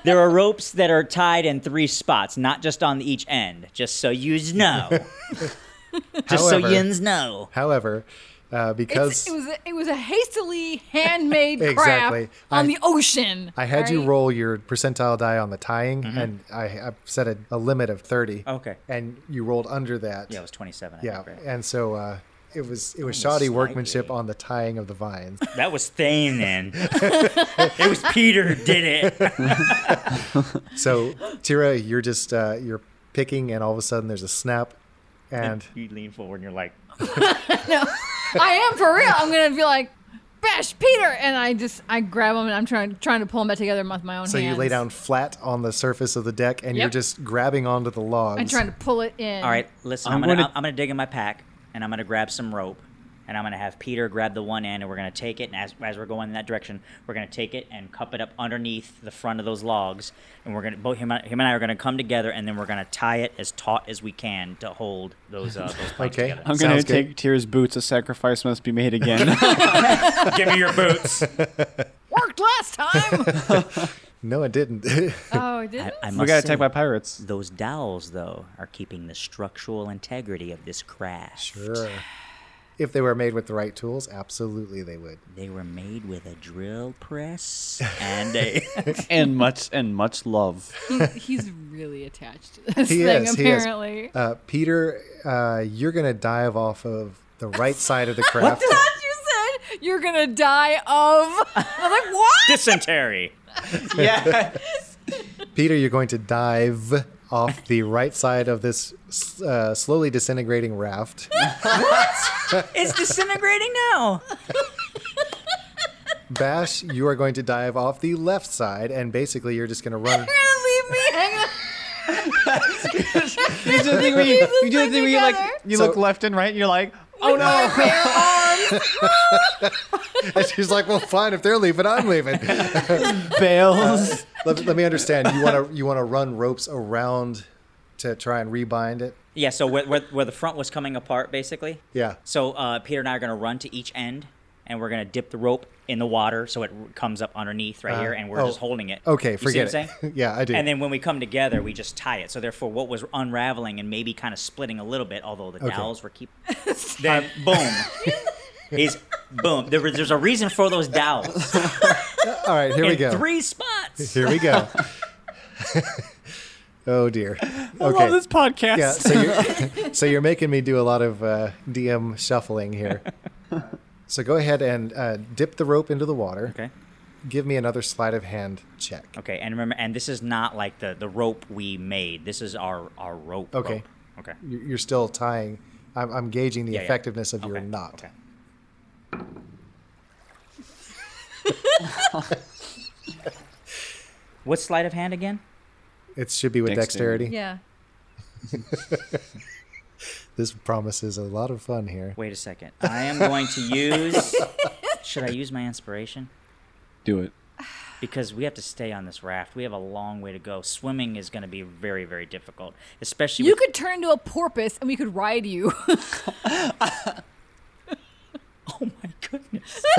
[SPEAKER 3] there are ropes that are tied in three spots, not just on each end. Just so yous know. just so
[SPEAKER 1] However-
[SPEAKER 3] yins know.
[SPEAKER 1] However, uh, because
[SPEAKER 4] It's, it was a, it was a hastily handmade
[SPEAKER 1] Exactly.
[SPEAKER 4] craft on
[SPEAKER 1] I-
[SPEAKER 4] the ocean.
[SPEAKER 1] I had you
[SPEAKER 4] right?
[SPEAKER 1] roll your percentile die on the tying, and I, I set a, a limit of thirty.
[SPEAKER 3] Mm-hmm. Okay.
[SPEAKER 1] And you rolled under that.
[SPEAKER 3] Yeah, it was twenty-seven. I
[SPEAKER 1] Yeah,
[SPEAKER 3] think, right?
[SPEAKER 1] and so uh, it was it was shoddy workmanship
[SPEAKER 3] slightly.
[SPEAKER 1] on the tying of the vines.
[SPEAKER 3] That was Thane then. it was Peter who did it.
[SPEAKER 1] so Tira, you're just uh, you're picking, and all of a sudden there's a snap, and
[SPEAKER 3] You lean forward and you're like,
[SPEAKER 4] I am for real. I'm gonna be like, Bash Peter, and I just I grab him and I'm trying trying to pull him back together with my own
[SPEAKER 1] so
[SPEAKER 4] hands.
[SPEAKER 1] you lay down flat on the surface of the deck, and you're
[SPEAKER 4] Yep.
[SPEAKER 1] just grabbing onto the logs.
[SPEAKER 4] I'm trying to pull it in.
[SPEAKER 3] All right, listen. I'm,
[SPEAKER 5] I'm
[SPEAKER 3] gonna,
[SPEAKER 5] gonna-
[SPEAKER 3] I'm gonna dig in my pack, and I'm gonna grab some rope, and I'm gonna have Peter grab the one end, and we're gonna take it. And as, as we're going in that direction, we're gonna take it and cup it up underneath the front of those logs, and we're gonna both him, and- him and I are gonna come together, and then we're gonna tie it as taut as we can to hold those uh, those planks
[SPEAKER 1] Okay.
[SPEAKER 3] together.
[SPEAKER 5] I'm gonna
[SPEAKER 1] Sounds good.
[SPEAKER 5] take Tira's boots. A sacrifice must be made again.
[SPEAKER 3] Give me your boots.
[SPEAKER 4] Worked last time.
[SPEAKER 1] No, it didn't.
[SPEAKER 4] oh, it didn't.
[SPEAKER 3] I
[SPEAKER 5] we
[SPEAKER 3] must
[SPEAKER 5] got
[SPEAKER 3] say,
[SPEAKER 5] attacked by pirates.
[SPEAKER 3] those dowels, though, are keeping the structural integrity of this craft.
[SPEAKER 1] sure. If they were made with the right tools, absolutely they would.
[SPEAKER 3] They were made with a drill press and a.
[SPEAKER 5] and much and much love.
[SPEAKER 4] He's, he's really attached to this
[SPEAKER 1] He
[SPEAKER 4] thing.
[SPEAKER 1] is. he is.
[SPEAKER 4] apparently,
[SPEAKER 1] Uh, Peter, uh, you're gonna dive off of the right side of the craft.
[SPEAKER 4] That's what you said you're gonna die of. I was like, what?
[SPEAKER 3] Dysentery.
[SPEAKER 1] Peter, you're going to dive off the right side of this uh, slowly disintegrating raft.
[SPEAKER 3] It's disintegrating now.
[SPEAKER 1] Bash, you are going to dive off the left side, and basically you're just going to run.
[SPEAKER 4] You're gonna leave me hanging.
[SPEAKER 5] you do the thing where you, you do the
[SPEAKER 4] thing
[SPEAKER 5] thing where you like
[SPEAKER 4] together.
[SPEAKER 5] you
[SPEAKER 1] So-
[SPEAKER 5] look left and right. And you're like, oh no.
[SPEAKER 1] And she's like, "Well, fine. If they're leaving, I'm leaving."
[SPEAKER 5] Bales.
[SPEAKER 1] let, let me understand. You want to you want to run ropes around to try and rebind it.
[SPEAKER 3] Yeah, so where, where, where the front was coming apart, basically.
[SPEAKER 1] Yeah.
[SPEAKER 3] So uh, Peter and I are going to run to each end, and we're going to dip the rope in the water so it r- comes up underneath right here, and we're
[SPEAKER 1] oh,
[SPEAKER 3] just holding it.
[SPEAKER 1] Okay,
[SPEAKER 3] You see
[SPEAKER 1] forget
[SPEAKER 3] what I'm
[SPEAKER 1] it.
[SPEAKER 3] saying?
[SPEAKER 1] yeah, I do.
[SPEAKER 3] And then when we come together, we just tie it. So therefore, what was unraveling and maybe kind of splitting a little bit, although the dowels were keep. then boom, he's boom. There was, there's a reason for those dowels.
[SPEAKER 1] All right, here we
[SPEAKER 3] in
[SPEAKER 1] go.
[SPEAKER 3] Three spots.
[SPEAKER 1] Here we go. oh dear. Okay.
[SPEAKER 5] I love this podcast.
[SPEAKER 1] Yeah, so you're, so you're making me do a lot of uh, DM shuffling here. So go ahead and uh, dip the rope into the water.
[SPEAKER 3] Okay.
[SPEAKER 1] Give me another sleight of hand check.
[SPEAKER 3] Okay, and remember, and this is not like the the rope we made. This is our our rope.
[SPEAKER 1] Okay.
[SPEAKER 3] rope. Okay.
[SPEAKER 1] You- You're still tying. I'm, I'm gauging the
[SPEAKER 3] Yeah, yeah.
[SPEAKER 1] effectiveness of your
[SPEAKER 3] Okay,
[SPEAKER 1] knot.
[SPEAKER 3] Okay. What's sleight of hand again?
[SPEAKER 1] It should be with dexterity.
[SPEAKER 5] Dexterity.
[SPEAKER 4] Yeah.
[SPEAKER 1] This promises a lot of fun here.
[SPEAKER 3] Wait a second. I am going to use. should I use my inspiration?
[SPEAKER 5] Do it.
[SPEAKER 3] Because we have to stay on this raft. We have a long way to go. Swimming is going to be very, very difficult, especially.
[SPEAKER 4] You
[SPEAKER 3] with,
[SPEAKER 4] could turn into a porpoise and we could ride you.
[SPEAKER 3] Oh my goodness.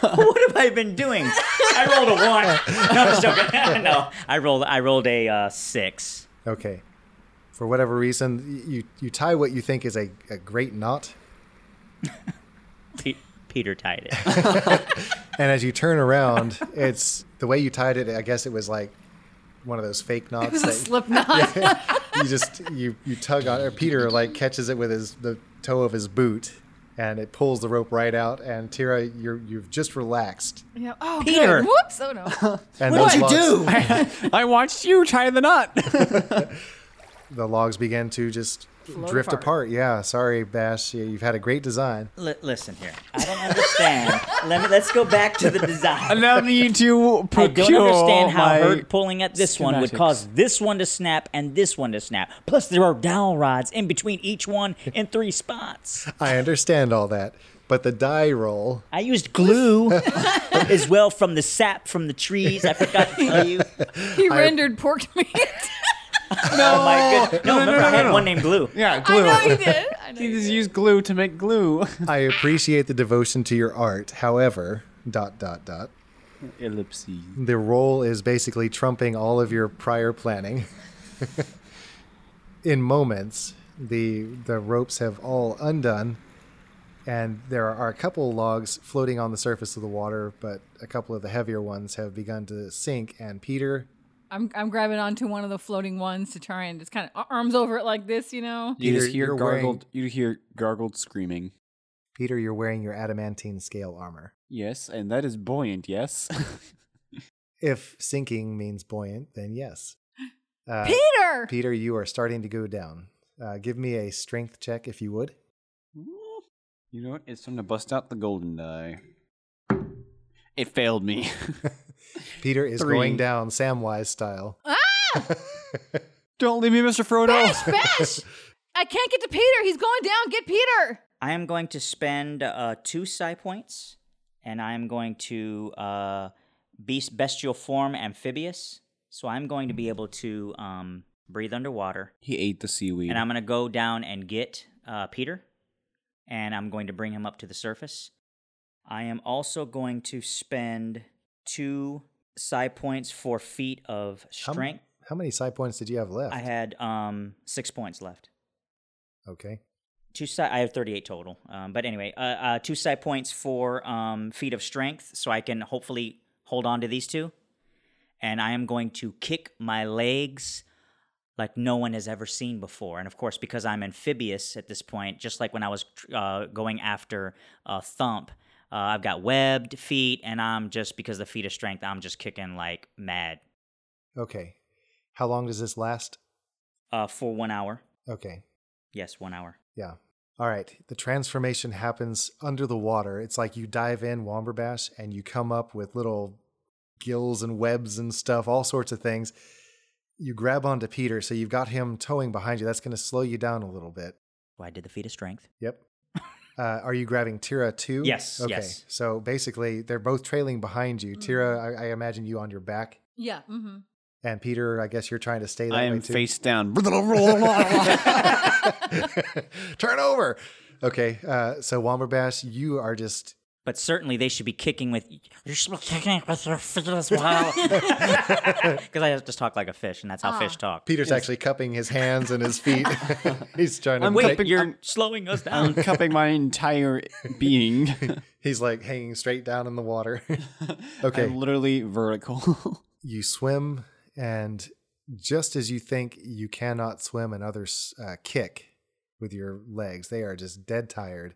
[SPEAKER 3] what have I been doing? I rolled a one. No, I'm just joking. no, I rolled. I rolled a uh, six.
[SPEAKER 1] Okay. For whatever reason, y- you, you tie what you think is a, a great knot.
[SPEAKER 3] Pe- Peter tied it.
[SPEAKER 1] And as you turn around, it's the way you tied it, I guess it was like one of those fake knots.
[SPEAKER 4] It's a
[SPEAKER 1] that-
[SPEAKER 4] slipknot.
[SPEAKER 1] you just you you tug on or Peter like catches it with his the toe of his boot and it pulls the rope right out and Tira you're you've just relaxed
[SPEAKER 4] Yeah. Oh,
[SPEAKER 3] Peter.
[SPEAKER 4] Good. Whoops. Oh no.
[SPEAKER 1] and those
[SPEAKER 3] What did you
[SPEAKER 1] logs-
[SPEAKER 3] do?
[SPEAKER 5] I watched you tie the knot.
[SPEAKER 1] the logs begin to just
[SPEAKER 4] Float
[SPEAKER 1] drift apart.
[SPEAKER 4] apart.
[SPEAKER 1] yeah sorry Bash yeah, you've had a great design
[SPEAKER 3] L- listen here. I don't understand. Let me. Let's go back to the design.
[SPEAKER 5] now need to
[SPEAKER 3] I
[SPEAKER 5] procure
[SPEAKER 3] don't understand how
[SPEAKER 5] my...
[SPEAKER 3] hurt pulling at this one would
[SPEAKER 5] schematics.
[SPEAKER 3] cause this one to snap and this one to snap. Plus, there are dowel rods in between each one in three spots.
[SPEAKER 1] I understand all that but the die roll
[SPEAKER 3] I used glue as well from the sap from the trees. I forgot to tell you.
[SPEAKER 4] He rendered pork meat.
[SPEAKER 3] Oh my goodness. No, remember I had one named Glue.
[SPEAKER 5] Yeah,
[SPEAKER 4] I
[SPEAKER 5] glue.
[SPEAKER 4] know he did. I know
[SPEAKER 5] He
[SPEAKER 4] he
[SPEAKER 5] just
[SPEAKER 4] did.
[SPEAKER 5] used glue to make glue.
[SPEAKER 1] I appreciate the devotion to your art however dot dot dot
[SPEAKER 5] Ellipses.
[SPEAKER 1] the roll is basically trumping all of your prior planning. In moments, the the ropes have all undone, and there are a couple logs floating on the surface of the water, but a couple of the heavier ones have begun to sink. And Peter,
[SPEAKER 4] I'm, I'm grabbing onto one of the floating ones to try and just kind of arms over it like this, you know?
[SPEAKER 5] You
[SPEAKER 1] Peter,
[SPEAKER 5] just hear
[SPEAKER 1] you're
[SPEAKER 5] gargled.
[SPEAKER 1] wearing-
[SPEAKER 5] You hear gargled screaming.
[SPEAKER 1] Peter, you're wearing your adamantine scale armor.
[SPEAKER 5] Yes, and that is buoyant. Yes.
[SPEAKER 1] If sinking means buoyant, then yes. Uh,
[SPEAKER 4] Peter!
[SPEAKER 1] Peter, you are starting to go down. Uh, give me a strength check if you would.
[SPEAKER 5] you know what? It's time to bust out the golden die. It failed me.
[SPEAKER 1] Peter is
[SPEAKER 5] Three.
[SPEAKER 1] going down Samwise style.
[SPEAKER 5] Don't leave me, Mr. Frodo.
[SPEAKER 4] Bash, bash! I can't get to Peter. He's going down. Get Peter.
[SPEAKER 3] I am going to spend uh, two psi points, and I am going to uh, beast bestial form amphibious. So I'm going to be able to um, breathe underwater,
[SPEAKER 5] He ate the seaweed.
[SPEAKER 3] and I'm going to go down and get uh, Peter, and I'm going to bring him up to the surface. I am also going to spend two psi points for feet of
[SPEAKER 1] How m-
[SPEAKER 3] strength.
[SPEAKER 1] How, many side points did you have left?
[SPEAKER 3] I had um, six points left.
[SPEAKER 1] Okay.
[SPEAKER 3] two side. I have thirty-eight total. Um, but anyway, uh, uh, two side points for um, feet of strength, so I can hopefully hold on to these two. And I am going to kick my legs like no one has ever seen before. And of course, because I'm amphibious at this point, just like when I was tr- uh, going after uh, Thump. Uh, I've got webbed feet, and I'm just because the feet of strength, I'm just kicking like mad
[SPEAKER 1] Okay. How long does this last?
[SPEAKER 3] uh, for one hour.
[SPEAKER 1] Okay.
[SPEAKER 3] Yes, one hour.
[SPEAKER 1] Yeah. All right. The transformation happens under the water. It's like you dive in Womberbash and you come up with little gills and webs and stuff, all sorts of things. You grab onto Peter, so you've got him towing behind you. That's going to slow you down a little bit.
[SPEAKER 3] Well, I did the feet of strength.
[SPEAKER 1] Yep. Uh, are you grabbing Tira too?
[SPEAKER 3] Yes,
[SPEAKER 1] Okay.
[SPEAKER 3] yes. Mm-hmm.
[SPEAKER 1] So basically, they're both trailing behind you. Tira, I, I imagine you on your back.
[SPEAKER 4] Yeah. Mm-hmm.
[SPEAKER 1] And Peter, I guess you're trying to stay that
[SPEAKER 5] I
[SPEAKER 1] way
[SPEAKER 5] am
[SPEAKER 1] too.
[SPEAKER 5] face down.
[SPEAKER 1] Turn over. Okay, uh, so Womberbash, you are just
[SPEAKER 3] But certainly they should be kicking with. You're still kicking with your feet as well. Because I just talk like a fish, and that's how
[SPEAKER 4] Ah.
[SPEAKER 3] fish talk.
[SPEAKER 1] Peter's actually cupping his hands and his feet. he's trying to
[SPEAKER 5] I'm
[SPEAKER 1] break-
[SPEAKER 5] cupping-
[SPEAKER 3] You're
[SPEAKER 5] I'm-
[SPEAKER 3] slowing us
[SPEAKER 5] I'm
[SPEAKER 3] down.
[SPEAKER 5] cupping my entire being.
[SPEAKER 1] He's like hanging straight down in the water.
[SPEAKER 5] Okay.
[SPEAKER 1] Okay.
[SPEAKER 5] I'm literally vertical.
[SPEAKER 1] you swim, and just as you think you cannot swim, and others uh, kick with your legs. They are just dead tired.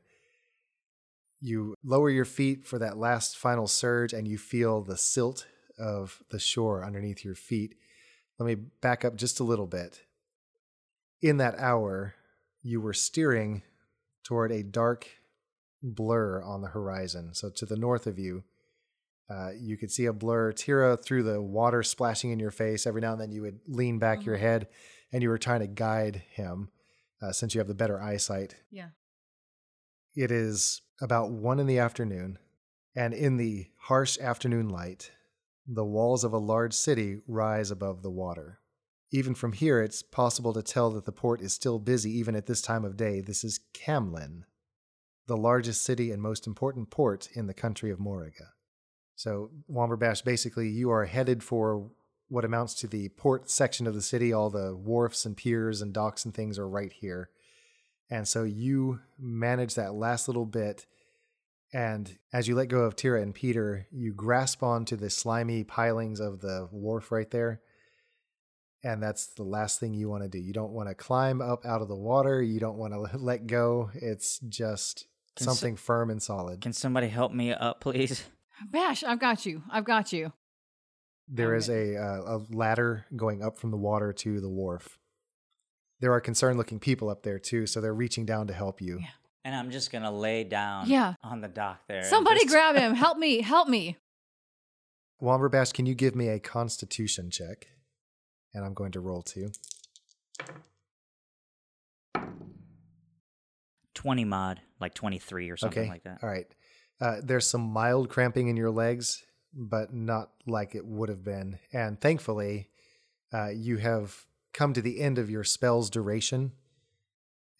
[SPEAKER 1] You lower your feet for that last final surge, and you feel the silt of the shore underneath your feet. Let me back up just a little bit. In that hour, you were steering toward a dark blur on the horizon. So, to the north of you, uh, you could see a blur. Tira through the water splashing in your face. Every now and then, you would lean back your head, and you were trying to guide him, uh, since you have the better eyesight.
[SPEAKER 4] Yeah.
[SPEAKER 1] It is about one in the afternoon, and in the harsh afternoon light, the walls of a large city rise above the water. Even from here, it's possible to tell that the port is still busy even at this time of day. This is Camlin, the largest city and most important port in the country of Moraga. So, Womberbash, basically, you are headed for what amounts to the port section of the city. All the wharfs and piers and docks and things are right here. And so you manage that last little bit. And as you let go of Tira and Peter, you grasp onto the slimy pilings of the wharf right there. And that's the last thing you want to do. You don't want to climb up out of the water. You don't want to let go. It's just
[SPEAKER 3] Can so-
[SPEAKER 1] something firm and solid.
[SPEAKER 3] Can somebody help me up, please?
[SPEAKER 4] Bash, I've got you. I've got you.
[SPEAKER 1] There
[SPEAKER 4] Um,
[SPEAKER 1] is a, uh, a ladder going up from the water to the wharf. There are concerned looking people up there too, so they're reaching down to help you.
[SPEAKER 4] Yeah.
[SPEAKER 3] And I'm just gonna lay down.
[SPEAKER 4] Yeah.
[SPEAKER 3] On the dock there. and
[SPEAKER 4] Somebody
[SPEAKER 3] just-
[SPEAKER 4] grab him. Help me. Help me.
[SPEAKER 1] Womberbash, can you give me a constitution check? And I'm going to roll two.
[SPEAKER 3] Twenty mod, like twenty three or something
[SPEAKER 1] okay.
[SPEAKER 3] like that.
[SPEAKER 1] All right. Uh, there's some mild cramping in your legs, but not like it would have been. And thankfully, uh, you have come to the end of your spell's duration.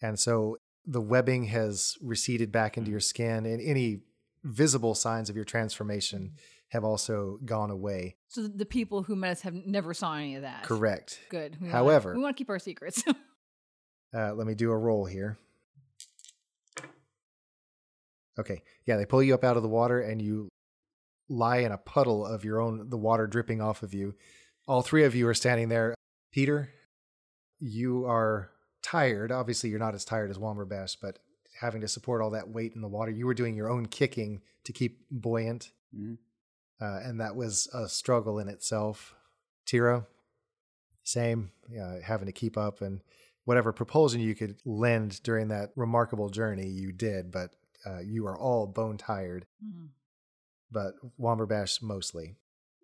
[SPEAKER 1] And so the webbing has receded back
[SPEAKER 3] Mm-hmm.
[SPEAKER 1] into your skin, and any visible signs of your transformation have also gone away.
[SPEAKER 4] So the- the people who met us have never saw any of that.
[SPEAKER 1] Correct.
[SPEAKER 4] Good. We wanna-
[SPEAKER 1] However-
[SPEAKER 4] we want to keep our secrets.
[SPEAKER 1] Uh, let me do a roll here. Okay. Yeah, they pull you up out of the water and you lie in a puddle of your own, the water dripping off of you. All three of you are standing there. Peter, you are tired. Obviously, you're not as tired as Womberbash, but having to support all that weight in the water, you were doing your own kicking to keep buoyant.
[SPEAKER 5] Mhm.
[SPEAKER 1] Uh, and that was a struggle in itself. Tiro, same, uh, having to keep up and whatever propulsion you could lend during that remarkable journey, you did, but uh, you are all bone tired,
[SPEAKER 4] Mm.
[SPEAKER 1] but Womberbash mostly.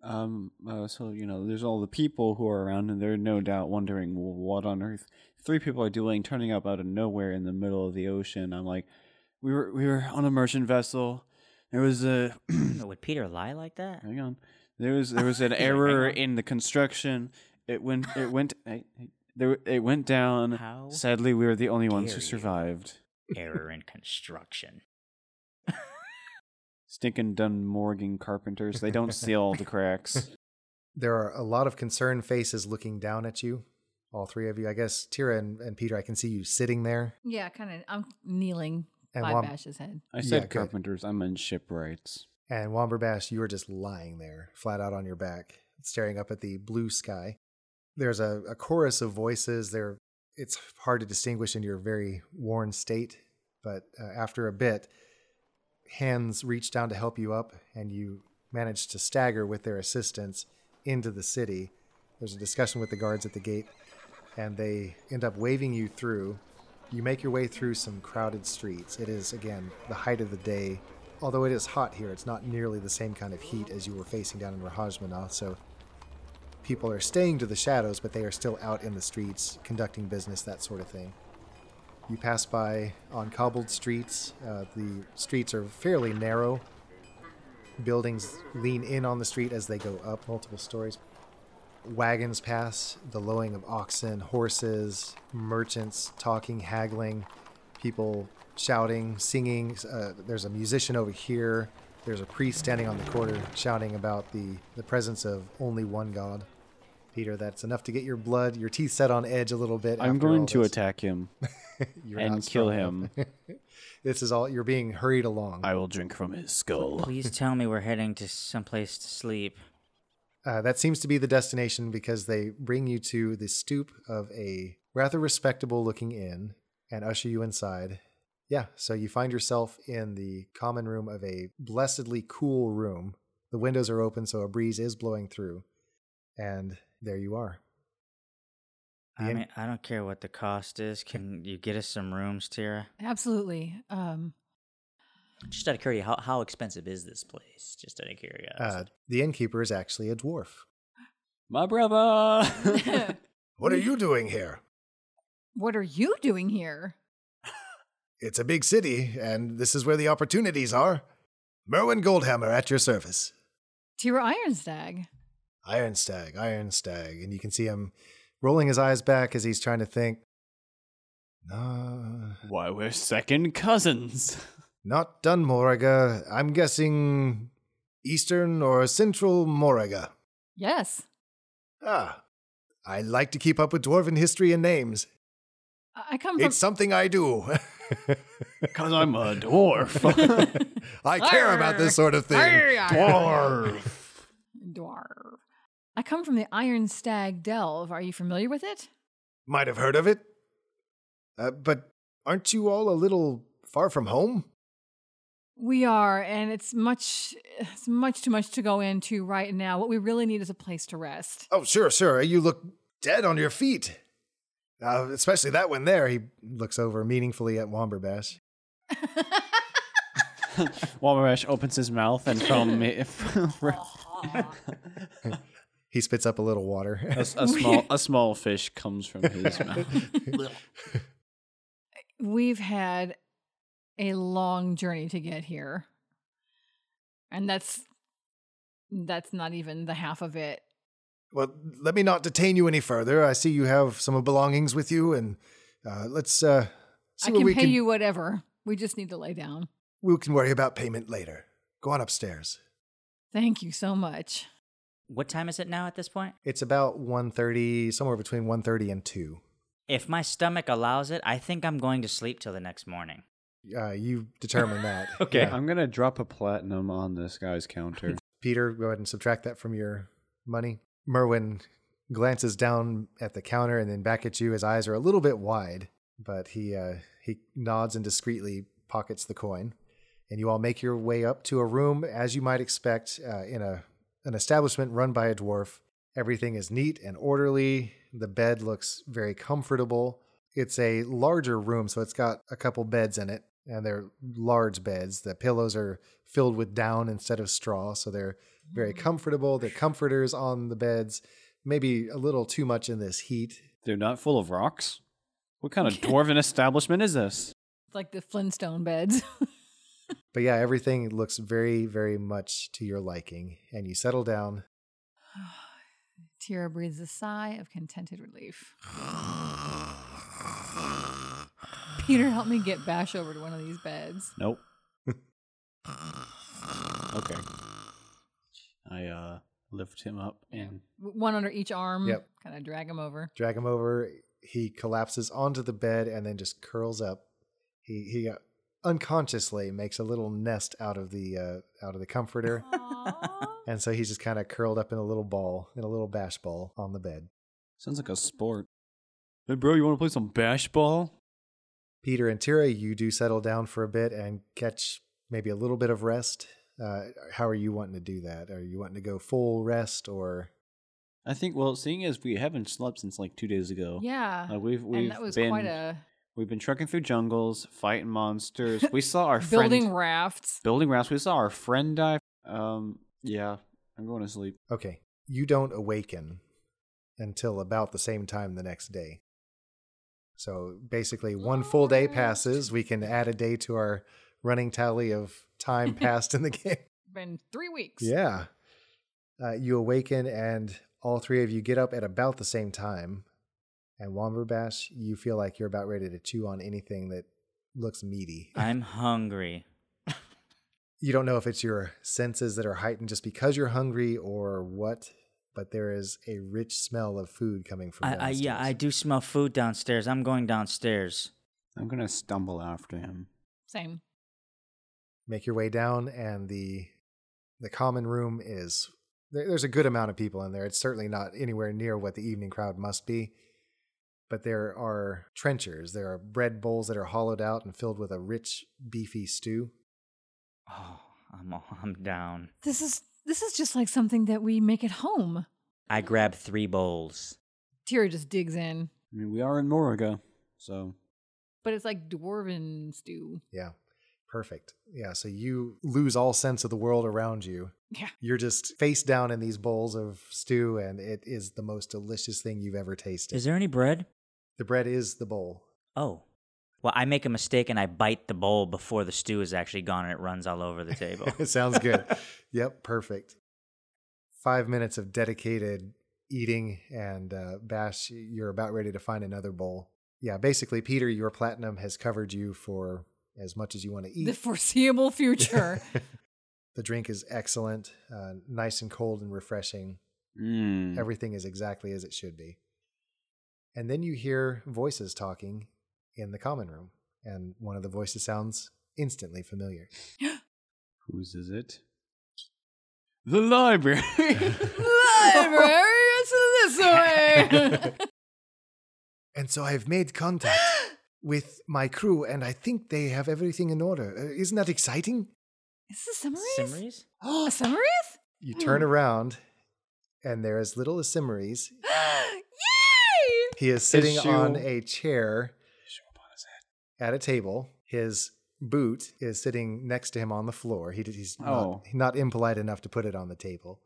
[SPEAKER 5] Um. Uh, so you know, there's all the people who are around, and they're no doubt wondering well, what on earth three people are doing, turning up out of nowhere in the middle of the ocean. I'm like, we were we were on a merchant vessel. There was a
[SPEAKER 3] Would Peter lie like that?
[SPEAKER 5] hang on. There was there was an
[SPEAKER 3] Hang
[SPEAKER 5] error
[SPEAKER 3] on.
[SPEAKER 5] in the construction. It went it went I, I- there it went down.
[SPEAKER 3] How
[SPEAKER 5] Sadly, we were the only ones
[SPEAKER 3] dare
[SPEAKER 5] who
[SPEAKER 3] you.
[SPEAKER 5] survived.
[SPEAKER 3] Error in construction.
[SPEAKER 5] Stinking Dunmorgan carpenters. They don't seal all the cracks.
[SPEAKER 1] There are a lot of concerned faces looking down at you, all three of you. I guess Tira and, and Peter, I can see you sitting there.
[SPEAKER 4] yeah, kind of. I'm kneeling
[SPEAKER 1] And,
[SPEAKER 4] by
[SPEAKER 1] Wom-
[SPEAKER 4] Bash's head.
[SPEAKER 5] I
[SPEAKER 1] Yeah,
[SPEAKER 5] said
[SPEAKER 1] good.
[SPEAKER 5] carpenters. I meant shipwrights.
[SPEAKER 1] and Womberbash, you are just lying there, flat out on your back, staring up at the blue sky. There's a, a chorus of voices. There, it's hard to distinguish in your very worn state, but uh, after a bit, hands reach down to help you up, and you manage to stagger with their assistance into the city. There's a discussion with the guards at the gate, and they end up waving you through. You make your way through some crowded streets. It is, again, the height of the day. Although it is hot here, it's not nearly the same kind of heat as you were facing down in Rahajmana, so people are staying to the shadows, but they are still out in the streets, conducting business, that sort of thing. You pass by on cobbled streets. Uh, the streets are fairly narrow. Buildings lean in on the street as they go up multiple stories. wagons pass, the lowing of oxen, horses, merchants talking, haggling, people shouting, singing. Uh, there's a musician over here. There's a priest standing on the corner shouting about the, the presence of only one God. Peter, that's enough to get your blood, your teeth set on edge a little bit.
[SPEAKER 5] I'm
[SPEAKER 1] after all
[SPEAKER 5] going to
[SPEAKER 1] this.
[SPEAKER 5] attack him
[SPEAKER 1] You're
[SPEAKER 5] and
[SPEAKER 1] not
[SPEAKER 5] kill
[SPEAKER 1] strong enough.
[SPEAKER 5] him.
[SPEAKER 1] This is all, you're being hurried along.
[SPEAKER 5] I will drink from his skull.
[SPEAKER 3] Please tell me we're heading to someplace to sleep.
[SPEAKER 1] Uh, that seems to be the destination because they bring you to the stoop of a rather respectable looking inn and usher you inside. Yeah, so you find yourself in the common room of a blessedly cool room. The windows are open, so a breeze is blowing through. And there you are.
[SPEAKER 3] I
[SPEAKER 1] Yeah.
[SPEAKER 3] mean, I don't care what the cost is. Can you get us some rooms, Tira?
[SPEAKER 4] Absolutely. Um,
[SPEAKER 3] Just out of curiosity, how, how expensive is this place? Just out of curiosity.
[SPEAKER 1] Uh, the innkeeper is actually a dwarf.
[SPEAKER 5] My brother.
[SPEAKER 1] What are you doing here?
[SPEAKER 4] what are you doing here?
[SPEAKER 1] It's a big city, and this is where the opportunities are. Merwin Goldhammer at your service.
[SPEAKER 4] Tira Ironstag.
[SPEAKER 1] Iron Stag, Iron Stag. And you can see him rolling his eyes back as he's trying to think, no,
[SPEAKER 5] Why we're second cousins.
[SPEAKER 1] not done Moraga. I'm guessing Eastern or Central Moraga.
[SPEAKER 4] Yes.
[SPEAKER 1] Ah, I like to keep up with dwarven history and names.
[SPEAKER 4] I I come from.
[SPEAKER 1] It's something I do.
[SPEAKER 5] Cause I'm a dwarf.
[SPEAKER 1] I care about this sort of thing.
[SPEAKER 5] dwarf.
[SPEAKER 4] Dwarf. I come from the Iron Stag Delve. Are you familiar with it?
[SPEAKER 1] Might have heard of it. Uh, but aren't you all a little far from home?
[SPEAKER 4] We are, and it's much, it's much too much to go into right now. What we really need is a place to rest.
[SPEAKER 1] Oh, sure, sure. You look dead on your feet. Uh, especially that one there. He looks over meaningfully at Womberbash.
[SPEAKER 5] Walmarash opens his mouth and from a,
[SPEAKER 1] He spits up a little water.
[SPEAKER 5] a small a small fish comes from his mouth.
[SPEAKER 4] We've had a long journey to get here, and that's that's not even the half of it.
[SPEAKER 1] well, let me not detain you any further. I see you have some belongings with you, and uh, let's uh, see
[SPEAKER 4] I
[SPEAKER 1] what
[SPEAKER 4] can
[SPEAKER 1] we
[SPEAKER 4] pay
[SPEAKER 1] can.
[SPEAKER 4] you whatever. We just need to lay down.
[SPEAKER 1] We can worry about payment later. Go on upstairs.
[SPEAKER 4] Thank you so much.
[SPEAKER 3] what time is it now at this point?
[SPEAKER 1] It's about 1.30, somewhere between 1.30 and 2.
[SPEAKER 3] If my stomach allows it, I think I'm going to sleep till the next morning.
[SPEAKER 1] Uh, you determine that.
[SPEAKER 3] Okay.
[SPEAKER 1] Yeah.
[SPEAKER 5] I'm gonna drop a platinum on this guy's counter.
[SPEAKER 1] Peter, go ahead and subtract that from your money. Merwin glances down at the counter and then back at you. His eyes are a little bit wide, but he uh, he nods and discreetly pockets the coin. And you all make your way up to a room, as you might expect, uh, in a an establishment run by a dwarf. Everything is neat and orderly. The bed looks very comfortable. It's a larger room, so it's got a couple beds in it, and they're large beds. The pillows are filled with down instead of straw, so they're very comfortable. The comforters on the beds, maybe a little too much in this heat.
[SPEAKER 5] They're not full of rocks. What kind of dwarven establishment is this?
[SPEAKER 4] It's like the Flintstone beds.
[SPEAKER 1] But yeah, everything looks very, very much to your liking, and you settle down.
[SPEAKER 4] Tira breathes a sigh of contented relief. Peter, help me get Bash over to one of these beds.
[SPEAKER 5] Nope. okay. I uh lift him up and
[SPEAKER 4] W- One under each arm.
[SPEAKER 1] Yep.
[SPEAKER 4] Kind of drag him over.
[SPEAKER 1] Drag him over. He collapses onto the bed and then just curls up. He he uh, unconsciously makes a little nest out of the uh, out of the
[SPEAKER 4] Uh-huh.
[SPEAKER 1] comforter, and so he's just kind of curled up in a little ball, in a little bash ball on the bed.
[SPEAKER 5] sounds like a sport. Hey bro, you wanna play some bash ball?
[SPEAKER 1] Peter and Tira, you do settle down for a bit and catch maybe a little bit of rest. Uh, how are you wanting to do that? Are you wanting to go full rest or?
[SPEAKER 5] I think well, seeing as we haven't slept since like two days ago.
[SPEAKER 4] Yeah.
[SPEAKER 5] Uh, we've we've
[SPEAKER 4] and that was
[SPEAKER 5] been
[SPEAKER 4] quite a
[SPEAKER 5] we've been trekking through jungles, fighting monsters. We saw our
[SPEAKER 4] building
[SPEAKER 5] friend,
[SPEAKER 4] rafts.
[SPEAKER 5] building rafts. We saw our friend die. Um, yeah, I'm going to sleep.
[SPEAKER 1] Okay, you don't awaken until about the same time the next day. So basically, one full day passes. We can add a day to our running tally of time passed in the game.
[SPEAKER 4] Been three weeks.
[SPEAKER 1] Yeah. Uh, you awaken, and All three of you get up at about the same time, and Womberbash, you feel like you're about ready to chew on anything that looks meaty.
[SPEAKER 3] I'm hungry.
[SPEAKER 1] you don't know if it's your senses that are heightened just because you're hungry or what, but there is a rich smell of food coming from
[SPEAKER 3] I, I, yeah, I
[SPEAKER 1] downstairs.
[SPEAKER 3] do smell food downstairs. I'm going downstairs.
[SPEAKER 5] I'm gonna stumble after him.
[SPEAKER 4] Same.
[SPEAKER 1] Make your way down, and the the common room is there, there's a good amount of people in there. It's certainly not anywhere near what the evening crowd must be, but there are trenchers. There are bread bowls that are hollowed out and filled with a rich, beefy stew.
[SPEAKER 3] Oh, I'm I'm down.
[SPEAKER 4] This is this is just like something that we make at home.
[SPEAKER 3] I grab three bowls.
[SPEAKER 4] Tira just digs in,
[SPEAKER 5] I mean, we are in Moraga, so
[SPEAKER 4] but it's like dwarven stew.
[SPEAKER 1] Yeah. Perfect. Yeah. So you lose all sense of the world around you.
[SPEAKER 4] Yeah.
[SPEAKER 1] You're just face down in these bowls of stew, and it is the most delicious thing you've ever tasted.
[SPEAKER 3] Is there any bread?
[SPEAKER 1] the bread is the bowl.
[SPEAKER 3] Oh. Well, I make a mistake and I bite the bowl before the stew is actually gone and it runs all over the table.
[SPEAKER 1] Sounds good. yep. Perfect. Five minutes of dedicated eating, and uh, Bash, you're about ready to find another bowl. Yeah. Basically, Peter, your platinum has covered you for as much as you want to eat.
[SPEAKER 4] The foreseeable future.
[SPEAKER 1] the drink is excellent, uh, nice and cold and refreshing.
[SPEAKER 5] mm.
[SPEAKER 1] everything is exactly as it should be. And then you hear voices talking in the common room, and one of the voices sounds instantly familiar.
[SPEAKER 5] whose is it? The library.
[SPEAKER 4] Library is this way.
[SPEAKER 1] And so I've made contact with my crew, and I think they have everything in order. Uh, isn't that exciting?
[SPEAKER 4] is this summaries?
[SPEAKER 3] Summaries?
[SPEAKER 4] A summaries?
[SPEAKER 1] You turn around, and there is little Asimaris.
[SPEAKER 4] Yay!
[SPEAKER 1] He is sitting
[SPEAKER 5] shoe-
[SPEAKER 1] on a chair at a table. His boot is sitting next to him on the floor. He, did- he's
[SPEAKER 5] Oh.
[SPEAKER 1] not, not impolite enough to put it on the table.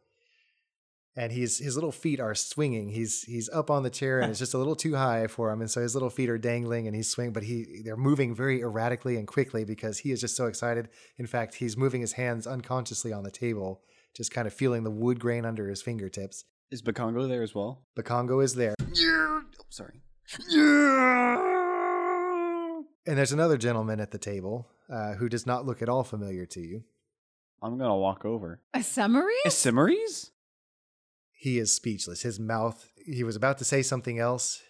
[SPEAKER 1] And he's, his little feet are swinging. He's, he's up on the chair and it's just a little too high for him. And so his little feet are dangling and he's swinging, but he, they're moving very erratically and quickly because he is just so excited. In fact, he's moving his hands unconsciously on the table, just kind of feeling the wood grain under his fingertips.
[SPEAKER 5] is Bakongo there as well?
[SPEAKER 1] The Congo is there.
[SPEAKER 5] Oh, sorry.
[SPEAKER 1] And there's another gentleman at the table uh, who does not look at all familiar to you.
[SPEAKER 5] I'm gonna walk over.
[SPEAKER 4] A summaries?
[SPEAKER 5] Summaries?
[SPEAKER 1] He is speechless. His mouth, he was about to say something else,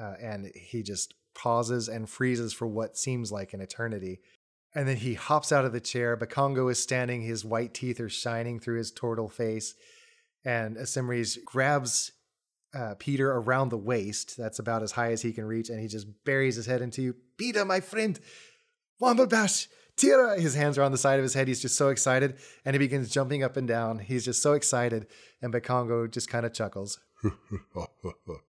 [SPEAKER 1] uh, and he just pauses and freezes for what seems like an eternity. And then he hops out of the chair. Bakongo is standing, his white teeth are shining through his turtle face. And Asimris grabs uh, Peter around the waist. That's about as high as he can reach. And he just buries his head into you. Peter, my friend, Wambabash, Tira. His hands are on the side of his head. He's just so excited. And he begins jumping up and down. He's just so excited. And Bakongo just kind of chuckles.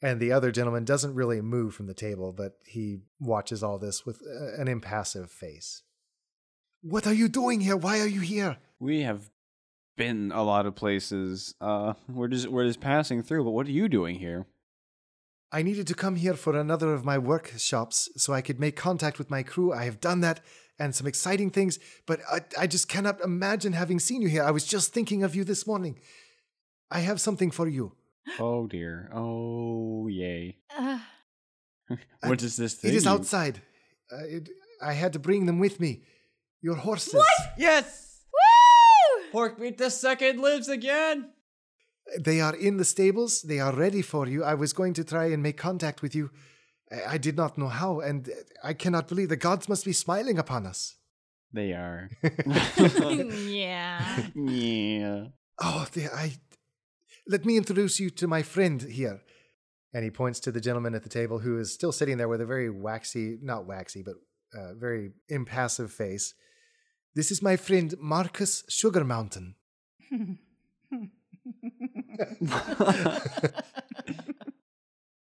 [SPEAKER 1] and the other gentleman doesn't really move from the table, but he watches all this with uh, an impassive face. What are you doing here? Why are you here?
[SPEAKER 5] We have been a lot of places. Uh, we're just we're just passing through. But what are you doing here?
[SPEAKER 1] I needed to come here for another of my workshops so I could make contact with my crew. I have done that and some exciting things, but I, I just cannot imagine having seen you here. I was just thinking of you this morning. I have something for you.
[SPEAKER 5] Oh dear. Oh yay.
[SPEAKER 4] Uh,
[SPEAKER 5] What is this thing?
[SPEAKER 1] It is
[SPEAKER 5] you-
[SPEAKER 1] outside. Uh, it, I had to bring them with me. Your horses.
[SPEAKER 2] Yes!
[SPEAKER 4] woo!
[SPEAKER 2] Pork meat the second lives again!
[SPEAKER 1] They are in the stables. They are ready for you. I was going to try and make contact with you. I, I did not know how, and I cannot believe the gods must be smiling upon us.
[SPEAKER 5] They are.
[SPEAKER 4] yeah.
[SPEAKER 5] yeah.
[SPEAKER 1] Oh, the, I. Let me introduce you to my friend here. And he points to the gentleman at the table who is still sitting there with a very waxy, not waxy, but uh, very impassive face. This is my friend Marcus Sugar Mountain.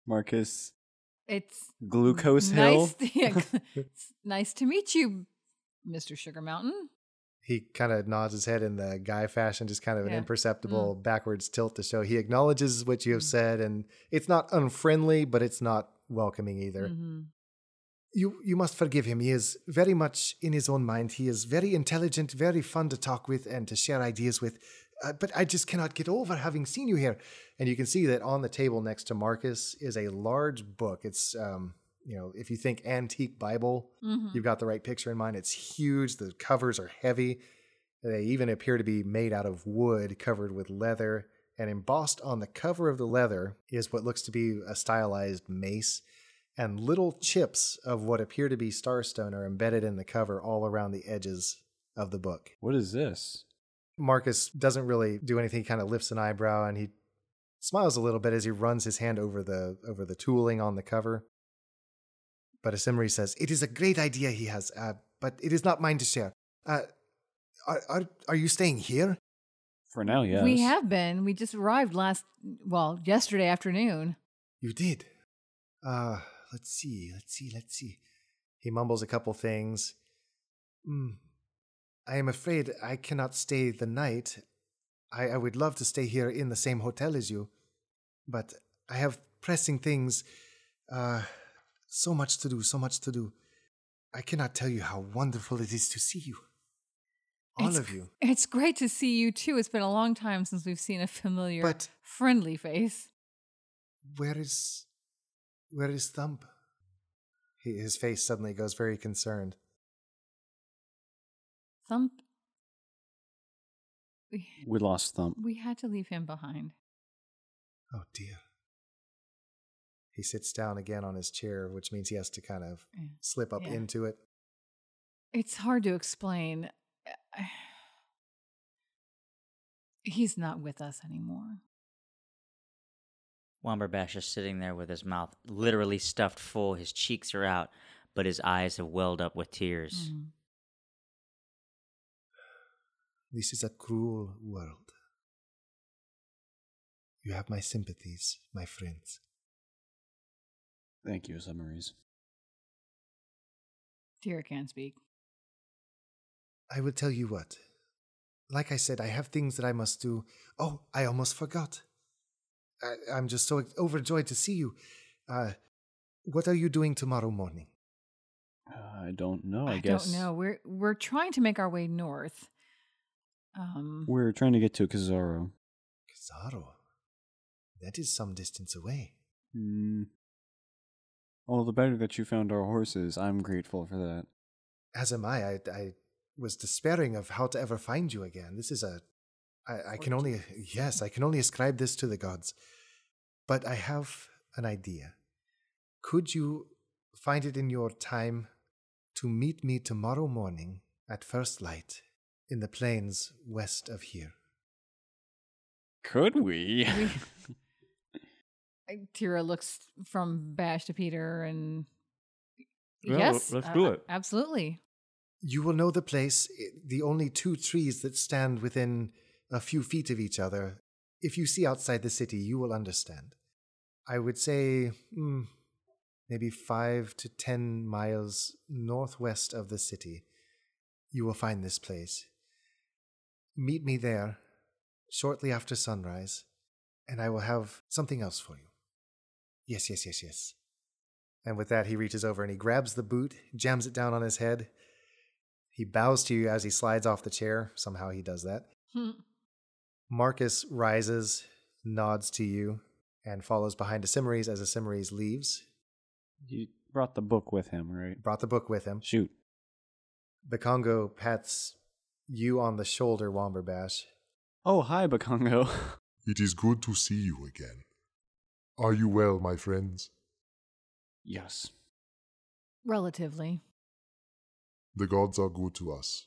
[SPEAKER 5] Marcus
[SPEAKER 4] It's
[SPEAKER 5] Glucose Hill.
[SPEAKER 4] nice. yeah, it's nice to meet you, Mr. Sugar Mountain.
[SPEAKER 1] He kind of nods his head in the guy fashion, just kind of an
[SPEAKER 4] Yeah.
[SPEAKER 1] imperceptible backwards tilt to show he acknowledges what you have said. And it's not unfriendly, but it's not welcoming either.
[SPEAKER 4] Mhm.
[SPEAKER 1] you you must forgive him. He is very much in his own mind. He is very intelligent, very fun to talk with and to share ideas with. uh, but I just cannot get over having seen you here. And you can see that on the table next to Marcus is a large book. It's, um, you know, if you think antique Bible,
[SPEAKER 4] Mhm.
[SPEAKER 1] you've got the right picture in mind. It's huge. The covers are heavy. They even appear to be made out of wood covered with leather. And embossed on the cover of the leather is what looks to be a stylized mace. And little chips of what appear to be starstone are embedded in the cover all around the edges of the book.
[SPEAKER 5] What is this?
[SPEAKER 1] Marcus doesn't really do anything. He kind of lifts an eyebrow and he smiles a little bit as he runs his hand over the over the tooling on the cover. But Asimri says, "It is a great idea he has, uh, but it is not mine to share. Uh, are, are are you staying here?
[SPEAKER 5] For now, yes.
[SPEAKER 4] We have been. We just arrived last, well, yesterday afternoon.
[SPEAKER 1] You did. Uh, let's see, let's see, let's see." He mumbles a couple things. Hmm. I am afraid I cannot stay the night. I, I would love to stay here in the same hotel as you, but I have pressing things. Uh, so much to do, so much to do. I cannot tell you how wonderful it is to see you. All
[SPEAKER 4] It's-
[SPEAKER 1] of you.
[SPEAKER 4] It's great to see you too. It's been a long time since we've seen a familiar,
[SPEAKER 1] But-
[SPEAKER 4] friendly face.
[SPEAKER 1] Where is. Where is Thump? He, his face suddenly goes very concerned.
[SPEAKER 4] Thump. We,
[SPEAKER 5] We lost Thump.
[SPEAKER 4] we had to leave him behind.
[SPEAKER 1] Oh dear. He sits down again on his chair, which means he has to kind of
[SPEAKER 4] Yeah.
[SPEAKER 1] slip up
[SPEAKER 4] Yeah.
[SPEAKER 1] into it.
[SPEAKER 4] It's hard to explain. I- He's not with us anymore.
[SPEAKER 3] Womberbash is sitting there with his mouth literally stuffed full. His cheeks are out, but his eyes have welled up with tears.
[SPEAKER 4] Mm.
[SPEAKER 1] This is a cruel world. You have my sympathies, my friends.
[SPEAKER 5] Thank you, submarines.
[SPEAKER 4] Tira can't speak.
[SPEAKER 1] I will tell you what. Like I said, I have things that I must do. Oh, I almost forgot. I, I'm just so overjoyed to see you. Uh, what are you doing tomorrow morning?
[SPEAKER 5] Uh, I don't know. I,
[SPEAKER 4] I
[SPEAKER 5] guess
[SPEAKER 4] don't know. We're we're trying to make our way north. Um,
[SPEAKER 5] we're trying to get to Kizaru.
[SPEAKER 1] Kizaro. That is some distance away.
[SPEAKER 5] Hmm. All the better that you found our horses. I'm grateful for that.
[SPEAKER 1] as am I. I, I was despairing of how to ever find you again. This is a. I, I can only. Yes, I can only ascribe this to the gods. But I have an idea. Could you find it in your time to meet me tomorrow morning at first light in the plains west of here?
[SPEAKER 5] Could we?
[SPEAKER 4] I- Tira looks from Bash to Peter and
[SPEAKER 7] Yeah, let-
[SPEAKER 4] yes,
[SPEAKER 7] let's
[SPEAKER 4] uh,
[SPEAKER 7] do it.
[SPEAKER 4] Absolutely.
[SPEAKER 1] You will know the place, i- the only two trees that stand within a few feet of each other. If you see outside the city, you will understand. I would say hmm, maybe five to ten miles northwest of the city. You will find this place. Meet me there shortly after sunrise, and I will have something else for you. Yes, yes, yes, yes. And with that, he reaches over and he grabs the boot, jams it down on his head, he bows to you as he slides off the chair. Somehow he does that.
[SPEAKER 4] Hmm.
[SPEAKER 1] Marcus rises, nods to you, and follows behind Asimeres as Asimeres leaves.
[SPEAKER 5] you brought the book with him, right?
[SPEAKER 1] Brought the book with him.
[SPEAKER 5] Shoot.
[SPEAKER 1] The Congo pats you on the shoulder, Womberbash.
[SPEAKER 5] Oh, hi, Bakongo.
[SPEAKER 8] It is good to see you again. Are you well, my friends?
[SPEAKER 5] yes.
[SPEAKER 4] Relatively.
[SPEAKER 8] The gods are good to us.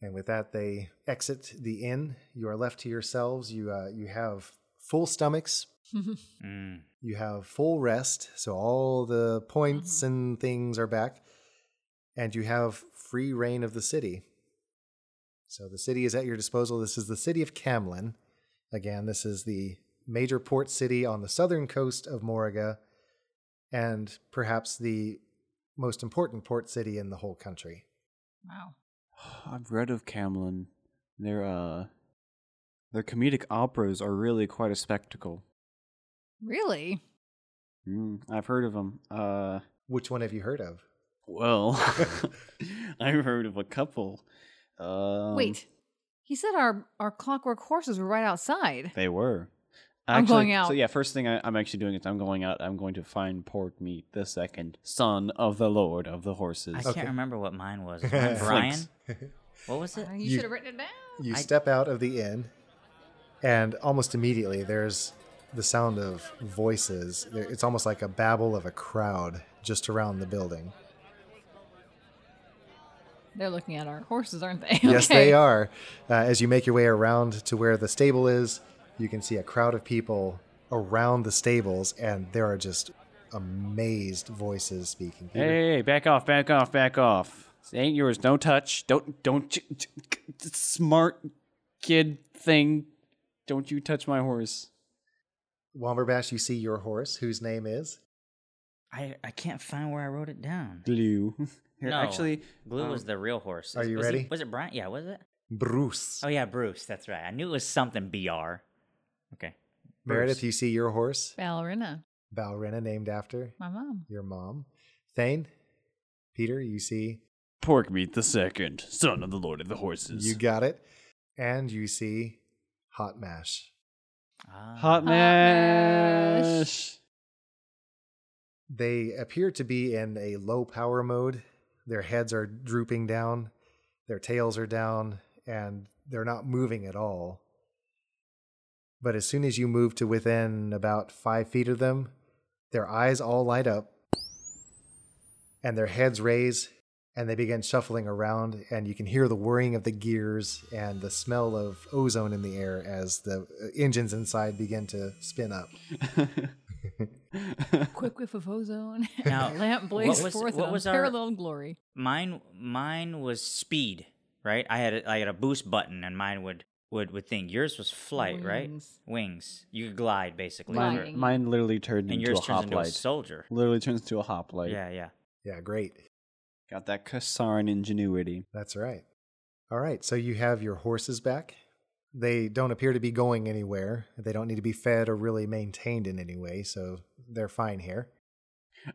[SPEAKER 1] And with that, they exit the inn. You are left to yourselves. You uh, you have full stomachs.
[SPEAKER 3] Mm.
[SPEAKER 1] You have full rest, so all the points and things are back, and you have free reign of the city. So the city is at your disposal. This is the city of Camlin. Again, this is the major port city on the southern coast of Moraga, and perhaps the most important port city in the whole country.
[SPEAKER 4] wow.
[SPEAKER 5] I've read of Camlin. Their uh, their comedic operas are really quite a spectacle.
[SPEAKER 4] Really?
[SPEAKER 5] Mm, I've heard of them. Uh,
[SPEAKER 1] Which one have you heard of?
[SPEAKER 5] well, I've heard of a couple. Um,
[SPEAKER 4] Wait. He said our, our clockwork horses were right outside.
[SPEAKER 5] They were.
[SPEAKER 4] I'm
[SPEAKER 5] Actually-
[SPEAKER 4] going out.
[SPEAKER 5] So yeah, first thing I, I'm actually doing is I'm going out. I'm going to find pork meat, the second son of the Lord of the horses.
[SPEAKER 3] I
[SPEAKER 1] Okay.
[SPEAKER 3] can't remember what mine was. Was mine Brian? What was it?
[SPEAKER 4] Uh,
[SPEAKER 1] You-
[SPEAKER 4] you should have written it down.
[SPEAKER 1] You step out of the inn, and almost immediately there's the sound of voices. There- It's almost like a babble of a crowd just around the building.
[SPEAKER 4] They're looking at our horses, aren't they?
[SPEAKER 1] Yes, they
[SPEAKER 4] Okay.
[SPEAKER 1] are. Uh, as you make your way around to where the stable is, you can see a crowd of people around the stables, and there are just amazed voices speaking.
[SPEAKER 5] Hey, hey, hey, back off, back off, back off. This ain't yours. Don't touch. Don't, don't, you- t- t- t- smart kid thing. Don't you touch my horse.
[SPEAKER 1] Womberbash, you see your horse, whose name is
[SPEAKER 3] I, I can't find where I wrote it down.
[SPEAKER 5] Glue. Here,
[SPEAKER 3] No,
[SPEAKER 5] actually,
[SPEAKER 3] Blue was
[SPEAKER 5] um,
[SPEAKER 3] the real horse.
[SPEAKER 1] are
[SPEAKER 3] Is-
[SPEAKER 1] you
[SPEAKER 3] was
[SPEAKER 1] ready?
[SPEAKER 3] It, was it Brian? Yeah, was it?
[SPEAKER 1] Bruce.
[SPEAKER 3] Oh yeah, Bruce. That's right. I knew it was something BR. Okay.
[SPEAKER 1] Meredith, you see your horse,
[SPEAKER 4] Ballerina,
[SPEAKER 1] Balrina, named after
[SPEAKER 4] my mom.
[SPEAKER 1] your mom. Thane, Peter, you see,
[SPEAKER 5] pork meat the second son of the Lord of the horses.
[SPEAKER 1] you got it. And you see Hot Mash.
[SPEAKER 3] Ah.
[SPEAKER 5] hot mash.
[SPEAKER 1] They appear to be in a low power mode. Their heads are drooping down, their tails are down, and they're not moving at all. But as soon as you move to within about five feet of them, their eyes all light up and their heads raise and they begin shuffling around and you can hear the whirring of the gears and the smell of ozone in the air as the uh, engines inside begin to spin up.
[SPEAKER 4] Quick whiff of ozone.
[SPEAKER 3] Now,
[SPEAKER 4] lamp
[SPEAKER 3] what
[SPEAKER 4] blazed
[SPEAKER 3] was-
[SPEAKER 4] forth
[SPEAKER 3] what
[SPEAKER 4] in
[SPEAKER 3] was our-
[SPEAKER 4] unparalleled glory.
[SPEAKER 3] Mine mine was speed, right? I had a, I had a boost button, and mine would would would think yours was flight, right?
[SPEAKER 4] Wings.
[SPEAKER 3] Wings. You could glide basically,
[SPEAKER 4] Mine-
[SPEAKER 3] Or-
[SPEAKER 5] Mine, mine literally turned
[SPEAKER 3] and
[SPEAKER 5] into a
[SPEAKER 3] yours turns into a
[SPEAKER 5] hoplite.
[SPEAKER 3] soldier.
[SPEAKER 5] literally turns into a hoplite.
[SPEAKER 3] Yeah, yeah.
[SPEAKER 1] Yeah, great.
[SPEAKER 5] Got that Kasaran ingenuity.
[SPEAKER 1] That's right. All right, so you have your horses back. They don't appear to be going anywhere. They don't need to be fed or really maintained in any way, so they're fine here.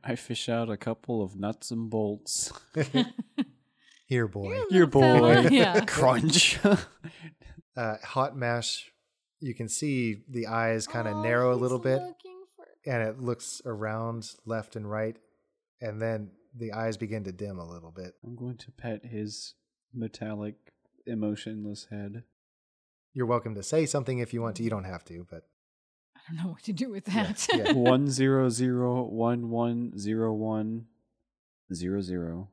[SPEAKER 5] I fish out a couple of nuts and bolts.
[SPEAKER 1] Here, boy.
[SPEAKER 4] You're a little fella. yeah.
[SPEAKER 5] Crunch.
[SPEAKER 1] Uh, hot mash, you can see the eyes kind of
[SPEAKER 4] Oh,
[SPEAKER 1] narrow a
[SPEAKER 4] he's
[SPEAKER 1] little bit,
[SPEAKER 4] looking for-
[SPEAKER 1] and it looks around left and right, and then the eyes begin to dim a little bit.
[SPEAKER 5] I'm going to pet his metallic, emotionless head.
[SPEAKER 1] You're welcome to say something if you want to. You don't have to, but
[SPEAKER 4] I don't know what to do with that.
[SPEAKER 1] yeah.
[SPEAKER 5] one zero zero one one zero one zero zero.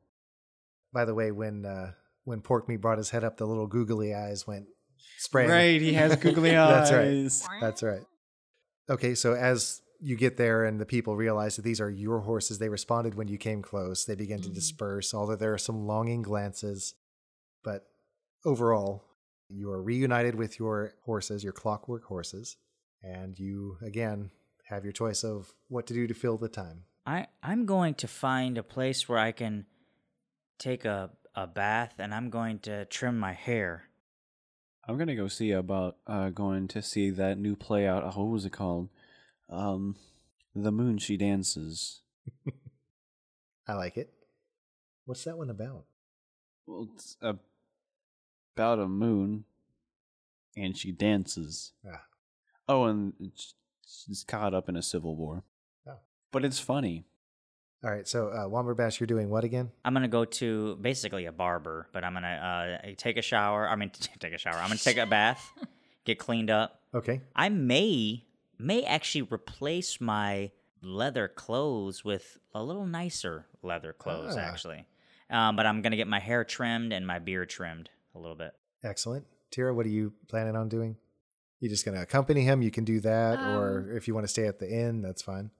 [SPEAKER 1] by the way, when uh, when Pork Meat brought his head up, the little googly eyes went spraying.
[SPEAKER 5] he has googly eyes.
[SPEAKER 1] That's right. That's right. Okay, so as you get there and the people realize that these are your horses, they responded when you came close. They begin to
[SPEAKER 4] Mhm.
[SPEAKER 1] disperse, although there are some longing glances. But overall, you are reunited with your horses, your clockwork horses, and you again have your choice of what to do to fill the time.
[SPEAKER 3] I I'm going to find a place where I can take a a bath, and I'm going to trim my hair.
[SPEAKER 5] I'm gonna go see about uh, going to see that new play out. Oh, what was it called? Um, the moon she dances.
[SPEAKER 1] I like it. What's that one about?
[SPEAKER 5] Well, it's a- about a moon, and she dances.
[SPEAKER 1] Ah.
[SPEAKER 5] Oh, and it's- she's caught up in a civil war.
[SPEAKER 1] Oh.
[SPEAKER 5] But it's funny.
[SPEAKER 1] All right, so uh, Womberbash, you're doing what again?
[SPEAKER 3] I'm gonna go to basically a barber, but I'm gonna uh, take a shower. I mean, take a shower. I'm gonna take a bath, get cleaned up.
[SPEAKER 1] Okay.
[SPEAKER 3] I may may actually replace my leather clothes with a little nicer leather clothes,
[SPEAKER 1] Ah.
[SPEAKER 3] actually. Um, but I'm gonna get my hair trimmed and my beard trimmed a little bit.
[SPEAKER 1] Excellent. Tira, what are you planning on doing? You're just going to accompany him? You can do that. or
[SPEAKER 4] Um,
[SPEAKER 1] if you want to stay at the inn, that's fine.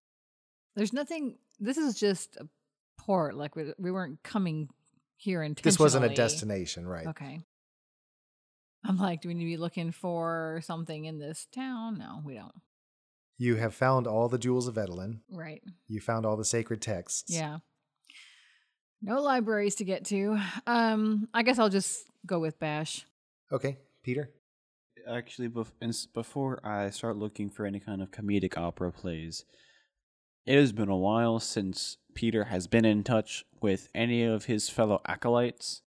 [SPEAKER 4] There's nothing. This is just a port. Like we, we weren't coming here intentionally.
[SPEAKER 1] This wasn't a destination, right?
[SPEAKER 4] Okay. I'm like, do we need to be looking for something in this town? No, we don't.
[SPEAKER 1] You have found all the jewels of Edelin.
[SPEAKER 4] Right.
[SPEAKER 1] You found all the sacred texts.
[SPEAKER 4] Yeah. No libraries to get to. Um, I guess I'll just go with Bash.
[SPEAKER 1] Okay. Peter?
[SPEAKER 5] Actually, bef- in s- before I start looking for any kind of comedic opera plays, it has been a while since Peter has been in touch with any of his fellow acolytes.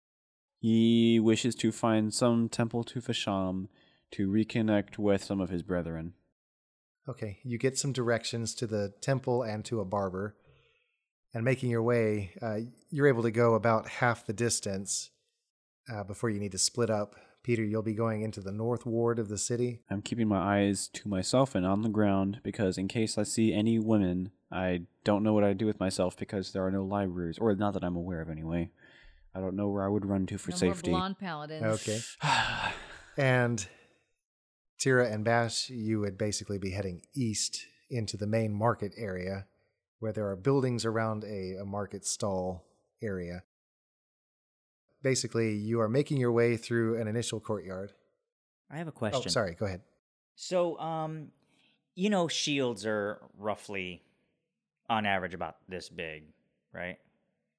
[SPEAKER 5] He wishes to find some temple to Fasham to reconnect with some of his brethren.
[SPEAKER 1] Okay, you get some directions to the temple and to a barber. And making your way, uh, you're able to go about half the distance uh, before you need to split up. Peter, you'll be going into the north ward of the city.
[SPEAKER 5] I'm keeping my eyes to myself and on the ground because in case I see any women, I don't know what I do with myself because there are no libraries, or not that I'm aware of anyway. I don't know where I would run to for
[SPEAKER 4] no
[SPEAKER 5] safety.
[SPEAKER 4] more blonde paladins.
[SPEAKER 1] Okay. and Tira and Bash, you would basically be heading east into the main market area where there are buildings around a, a market stall area. Basically, you are making your way through an initial courtyard.
[SPEAKER 3] I have a question.
[SPEAKER 1] Oh, sorry, go ahead.
[SPEAKER 3] So, um, you know, shields are roughly, on average, about this big, right?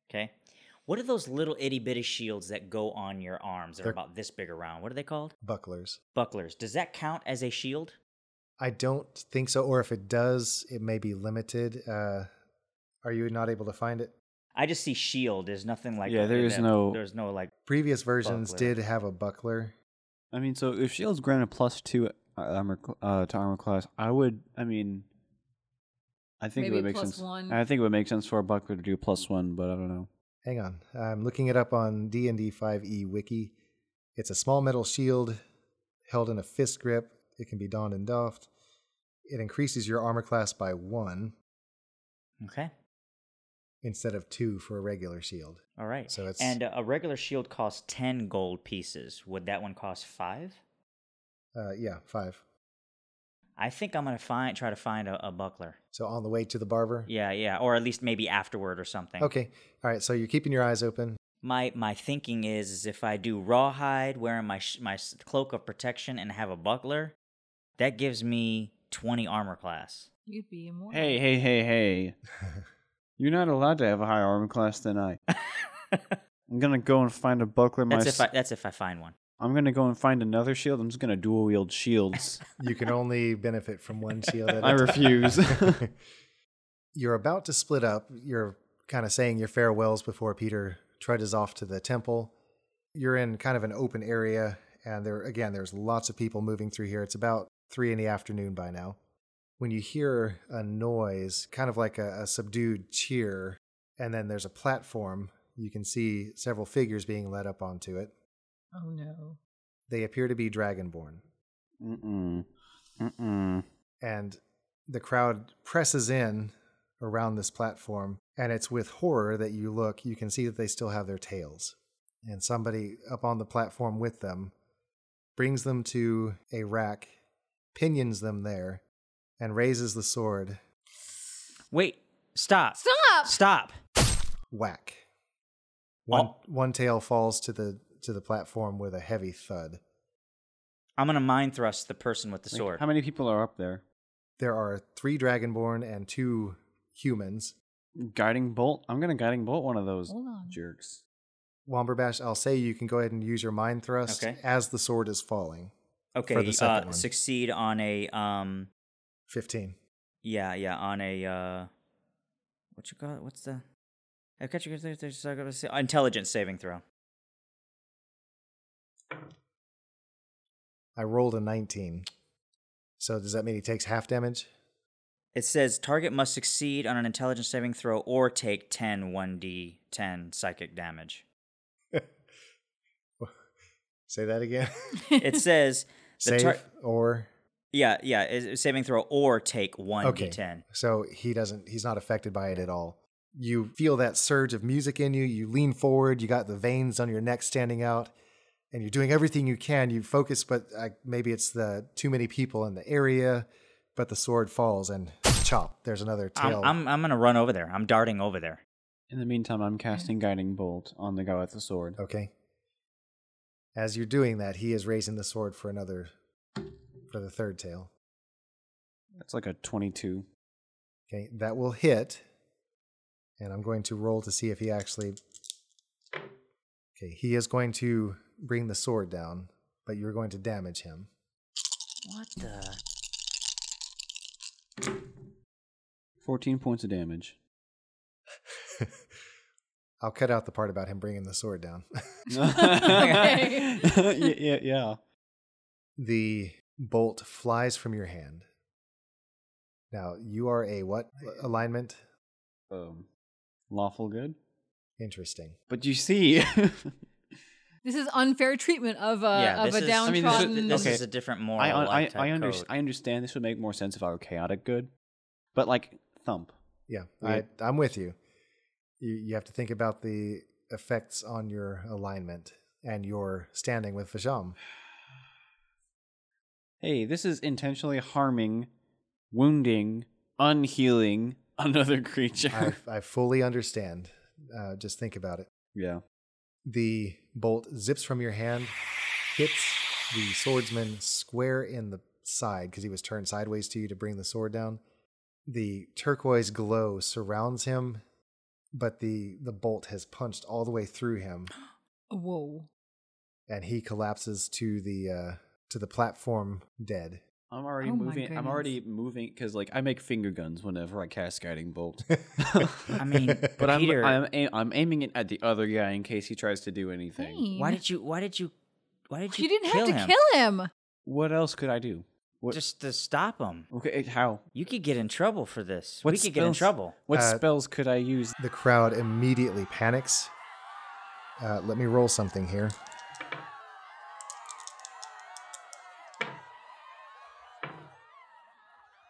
[SPEAKER 3] Okay. What are those little itty bitty shields that go on your arms that
[SPEAKER 1] They're-
[SPEAKER 3] are about this big around? What are they called?
[SPEAKER 1] Bucklers.
[SPEAKER 3] Bucklers. Does that count as a shield?
[SPEAKER 1] I don't think so, or if it does, it may be limited. Uh, are you not able to find it?
[SPEAKER 3] I just see shield. There's nothing like
[SPEAKER 5] Yeah,
[SPEAKER 3] a-
[SPEAKER 5] there is
[SPEAKER 3] that-
[SPEAKER 5] no-
[SPEAKER 3] There's no like.
[SPEAKER 1] Previous versions
[SPEAKER 3] Buckler.
[SPEAKER 1] did have a buckler.
[SPEAKER 5] I mean, so if shield's granted plus two uh, armor cl- uh, to armor class, I would. I mean, I think
[SPEAKER 4] Maybe
[SPEAKER 5] it would make
[SPEAKER 4] plus
[SPEAKER 5] sense.
[SPEAKER 4] one.
[SPEAKER 5] I think it would make sense for a buckler to do plus one, but I don't know.
[SPEAKER 1] Hang on, I'm looking it up on D&D 5e E wiki. It's a small metal shield held in a fist grip. It can be donned and doffed. It increases your armor class by one
[SPEAKER 3] Okay.
[SPEAKER 1] instead of two for a regular shield.
[SPEAKER 3] All right.
[SPEAKER 1] So it's-
[SPEAKER 3] and uh, a regular shield costs ten gold pieces. Would that one cost five?
[SPEAKER 1] Uh, yeah, five.
[SPEAKER 3] I think I'm gonna find try to find a, a buckler.
[SPEAKER 1] So on the way to the barber.
[SPEAKER 3] Yeah, yeah, or at least maybe afterward or something.
[SPEAKER 1] Okay. All right. So you're keeping your eyes open.
[SPEAKER 3] My my thinking is, is if I do rawhide, wearing my sh- my s- cloak of protection, and have a buckler, that gives me twenty armor class.
[SPEAKER 4] You'd be immortal.
[SPEAKER 5] Hey, hey, hey, hey! You're not allowed to have a higher armor class than I. I'm gonna go and find a buckler
[SPEAKER 3] That's if I
[SPEAKER 5] myself.
[SPEAKER 3] that's if I find one.
[SPEAKER 5] I'm gonna go and find another shield. I'm just gonna dual wield shields.
[SPEAKER 1] You can only benefit from one shield. At a
[SPEAKER 5] I
[SPEAKER 1] time.
[SPEAKER 5] refuse.
[SPEAKER 1] you're about to split up. You're kind of saying your farewells before Peter trudges off to the temple. You're in kind of an open area, and there again, there's lots of people moving through here. It's about three in the afternoon by now. When you hear a noise, kind of like a, a subdued cheer, and then there's a platform, you can see several figures being led up onto it.
[SPEAKER 4] Oh no.
[SPEAKER 1] They appear to be dragonborn.
[SPEAKER 5] Mm-mm. Mm-mm.
[SPEAKER 1] and the crowd presses in around this platform and it's with horror that you look you can see that they still have their tails and somebody up on the platform with them brings them to a rack pinions them there and raises the sword
[SPEAKER 3] Wait, stop,
[SPEAKER 4] Stop!
[SPEAKER 3] stop.
[SPEAKER 1] whack One one tail falls to the to the platform with a heavy thud
[SPEAKER 3] I'm gonna mind thrust the person with the
[SPEAKER 5] Like,
[SPEAKER 3] sword.
[SPEAKER 5] How many people are up there?
[SPEAKER 1] there are three dragonborn and two humans
[SPEAKER 5] Guiding bolt. I'm gonna guiding bolt one of those
[SPEAKER 4] Hold on.
[SPEAKER 5] jerks.
[SPEAKER 1] Womberbash, I'll say you can go ahead and use your mind thrust
[SPEAKER 3] Okay.
[SPEAKER 1] as the sword is falling.
[SPEAKER 3] okay,
[SPEAKER 1] for the second
[SPEAKER 3] uh,
[SPEAKER 1] one.
[SPEAKER 3] succeed on a um,
[SPEAKER 1] 15.
[SPEAKER 3] yeah, yeah, on a uh, what you call it? What's the? I catch you intelligence saving throw.
[SPEAKER 1] I rolled a 19. So does that mean he takes half damage?
[SPEAKER 3] It says target must succeed on an intelligence saving throw or take 10 1d10 psychic damage.
[SPEAKER 1] Say that again.
[SPEAKER 3] It says The
[SPEAKER 1] Save
[SPEAKER 3] tar-
[SPEAKER 1] or
[SPEAKER 3] yeah, yeah, is- is saving throw or take 1d10.
[SPEAKER 1] Okay. so he doesn't he's not affected by it at all. You feel that surge of music in you, you lean forward, you got the veins on your neck standing out, and you're doing everything you can. You focus, but uh, maybe it's the too many people in the area, but the sword falls and chop. There's another tail.
[SPEAKER 3] I'm, I'm I'm going to run over there. I'm darting over there.
[SPEAKER 5] In the meantime, I'm casting guiding bolt on the guy with the sword.
[SPEAKER 1] Okay. As you're doing that, he is raising the sword for another, for the third tail.
[SPEAKER 5] That's like a 22.
[SPEAKER 1] Okay, that will hit. And I'm going to roll to see if he actually. Okay, he is going to bring the sword down, but you're going to damage him.
[SPEAKER 3] What the
[SPEAKER 5] 14 points of damage.
[SPEAKER 1] I'll cut out the part about him bringing the sword down.
[SPEAKER 5] yeah, yeah, yeah.
[SPEAKER 1] the bolt flies from your hand. Now, you are a what alignment?
[SPEAKER 5] Um, lawful good.
[SPEAKER 1] Interesting.
[SPEAKER 5] But you see,
[SPEAKER 4] This is unfair treatment of a Uh, of
[SPEAKER 3] this
[SPEAKER 4] a
[SPEAKER 3] is-
[SPEAKER 5] I mean,
[SPEAKER 4] downtrodden.
[SPEAKER 5] this is-
[SPEAKER 3] This
[SPEAKER 5] Okay.
[SPEAKER 3] is a different moral.
[SPEAKER 5] I un- I
[SPEAKER 3] life type
[SPEAKER 5] I, under-
[SPEAKER 3] code.
[SPEAKER 5] I understand this would make more sense if I were chaotic good, but like thump.
[SPEAKER 1] Yeah, I,
[SPEAKER 5] Weird.
[SPEAKER 1] I'm with you. you. You have to think about the effects on your alignment and your standing with Vasham.
[SPEAKER 5] Hey, this is intentionally harming, wounding, unhealing another creature.
[SPEAKER 1] I, I fully understand. Uh, just think about it.
[SPEAKER 5] yeah.
[SPEAKER 1] The bolt zips from your hand, hits the swordsman square in the side because he was turned sideways to you to bring the sword down. The turquoise glow surrounds him, but the, the bolt has punched all the way through him,
[SPEAKER 4] Whoa.
[SPEAKER 1] and he collapses to the uh, to the platform dead.
[SPEAKER 5] I'm already
[SPEAKER 4] Oh my
[SPEAKER 5] moving. I'm
[SPEAKER 4] goodness.
[SPEAKER 5] already moving because like I make finger guns whenever I cast guiding bolt.
[SPEAKER 3] I mean,
[SPEAKER 5] But I'm
[SPEAKER 3] Peter,
[SPEAKER 5] I'm, aim- I'm aiming it at the other guy in case he tries to do anything.
[SPEAKER 4] Dang.
[SPEAKER 3] why did you? Why did you? Why did you?
[SPEAKER 4] Oh, You didn't
[SPEAKER 3] kill
[SPEAKER 4] have to
[SPEAKER 3] him?
[SPEAKER 4] kill him.
[SPEAKER 5] What else could I do? What,
[SPEAKER 3] Just to stop him.
[SPEAKER 5] okay, eh, how?
[SPEAKER 3] You could get in trouble for this.
[SPEAKER 5] What
[SPEAKER 3] we could get in
[SPEAKER 5] spells-
[SPEAKER 3] trouble.
[SPEAKER 5] What
[SPEAKER 1] Uh,
[SPEAKER 5] spells could I use?
[SPEAKER 1] The crowd immediately panics. Uh, let me roll something here.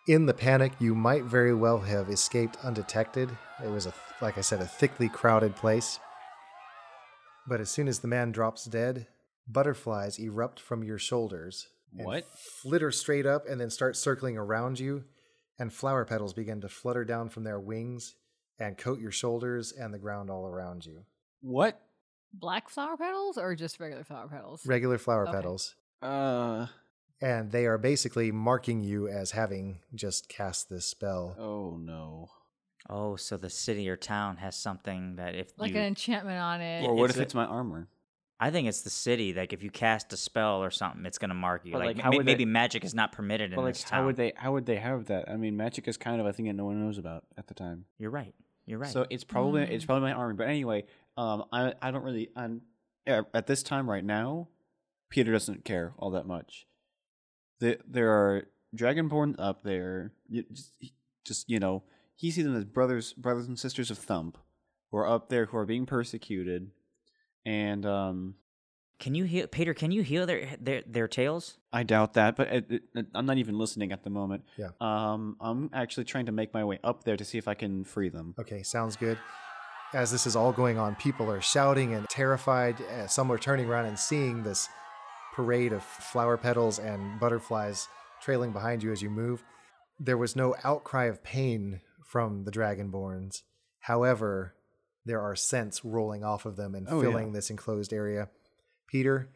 [SPEAKER 1] In the panic, you might very well have escaped undetected. It was, a, like I said, a thickly crowded place. But as soon as the man drops dead, butterflies erupt from your shoulders. and
[SPEAKER 5] What?
[SPEAKER 1] Flitter straight up and then start circling around you, and flower petals begin to flutter down from their wings and coat your shoulders and the ground all around you.
[SPEAKER 5] What?
[SPEAKER 4] Black flower petals or just regular flower petals?
[SPEAKER 1] Regular flower
[SPEAKER 4] Okay.
[SPEAKER 1] petals.
[SPEAKER 5] Uh
[SPEAKER 1] And they are basically marking you as having just cast this spell.
[SPEAKER 5] oh no.
[SPEAKER 3] Oh, so the city or town has something that if
[SPEAKER 4] like
[SPEAKER 3] you,
[SPEAKER 4] an enchantment on it.
[SPEAKER 5] Or what
[SPEAKER 3] Eh, it's
[SPEAKER 5] if
[SPEAKER 3] a-
[SPEAKER 5] it's my armor?
[SPEAKER 3] I think it's the city. Like if you cast a spell or something, it's gonna mark you.
[SPEAKER 5] But,
[SPEAKER 3] like
[SPEAKER 5] like,
[SPEAKER 3] ma-
[SPEAKER 5] how would they-
[SPEAKER 3] maybe magic is not permitted in
[SPEAKER 5] But like,
[SPEAKER 3] this town.
[SPEAKER 5] how would they? How would they have that? I mean, magic is kind of a thing that no one knows about at the time.
[SPEAKER 3] You're right. You're right.
[SPEAKER 5] So it's probably it's
[SPEAKER 4] Mm.
[SPEAKER 5] probably my armor. But anyway, um, I I don't really I'm yeah, at this time right now. Peter doesn't care all that much. The, there are dragonborn up there. You, just, he- just you know, he sees them as brothers, brothers and sisters of Thump, who are up there who are being persecuted, and um,
[SPEAKER 3] can you heal, Peter? Can you heal their their their tails?
[SPEAKER 5] I doubt that, but it, it, I'm not even listening at the moment.
[SPEAKER 1] Yeah.
[SPEAKER 5] Um, I'm actually trying to make my way up there to see if I can free them.
[SPEAKER 1] Okay, sounds good. As this is all going on, people are shouting and terrified. Uh, Some are turning around and seeing this parade of flower petals and butterflies trailing behind you as you move. There was no outcry of pain from the Dragonborns. However, there are scents rolling off of them and
[SPEAKER 5] Oh, yeah.
[SPEAKER 1] filling this enclosed area. Peter,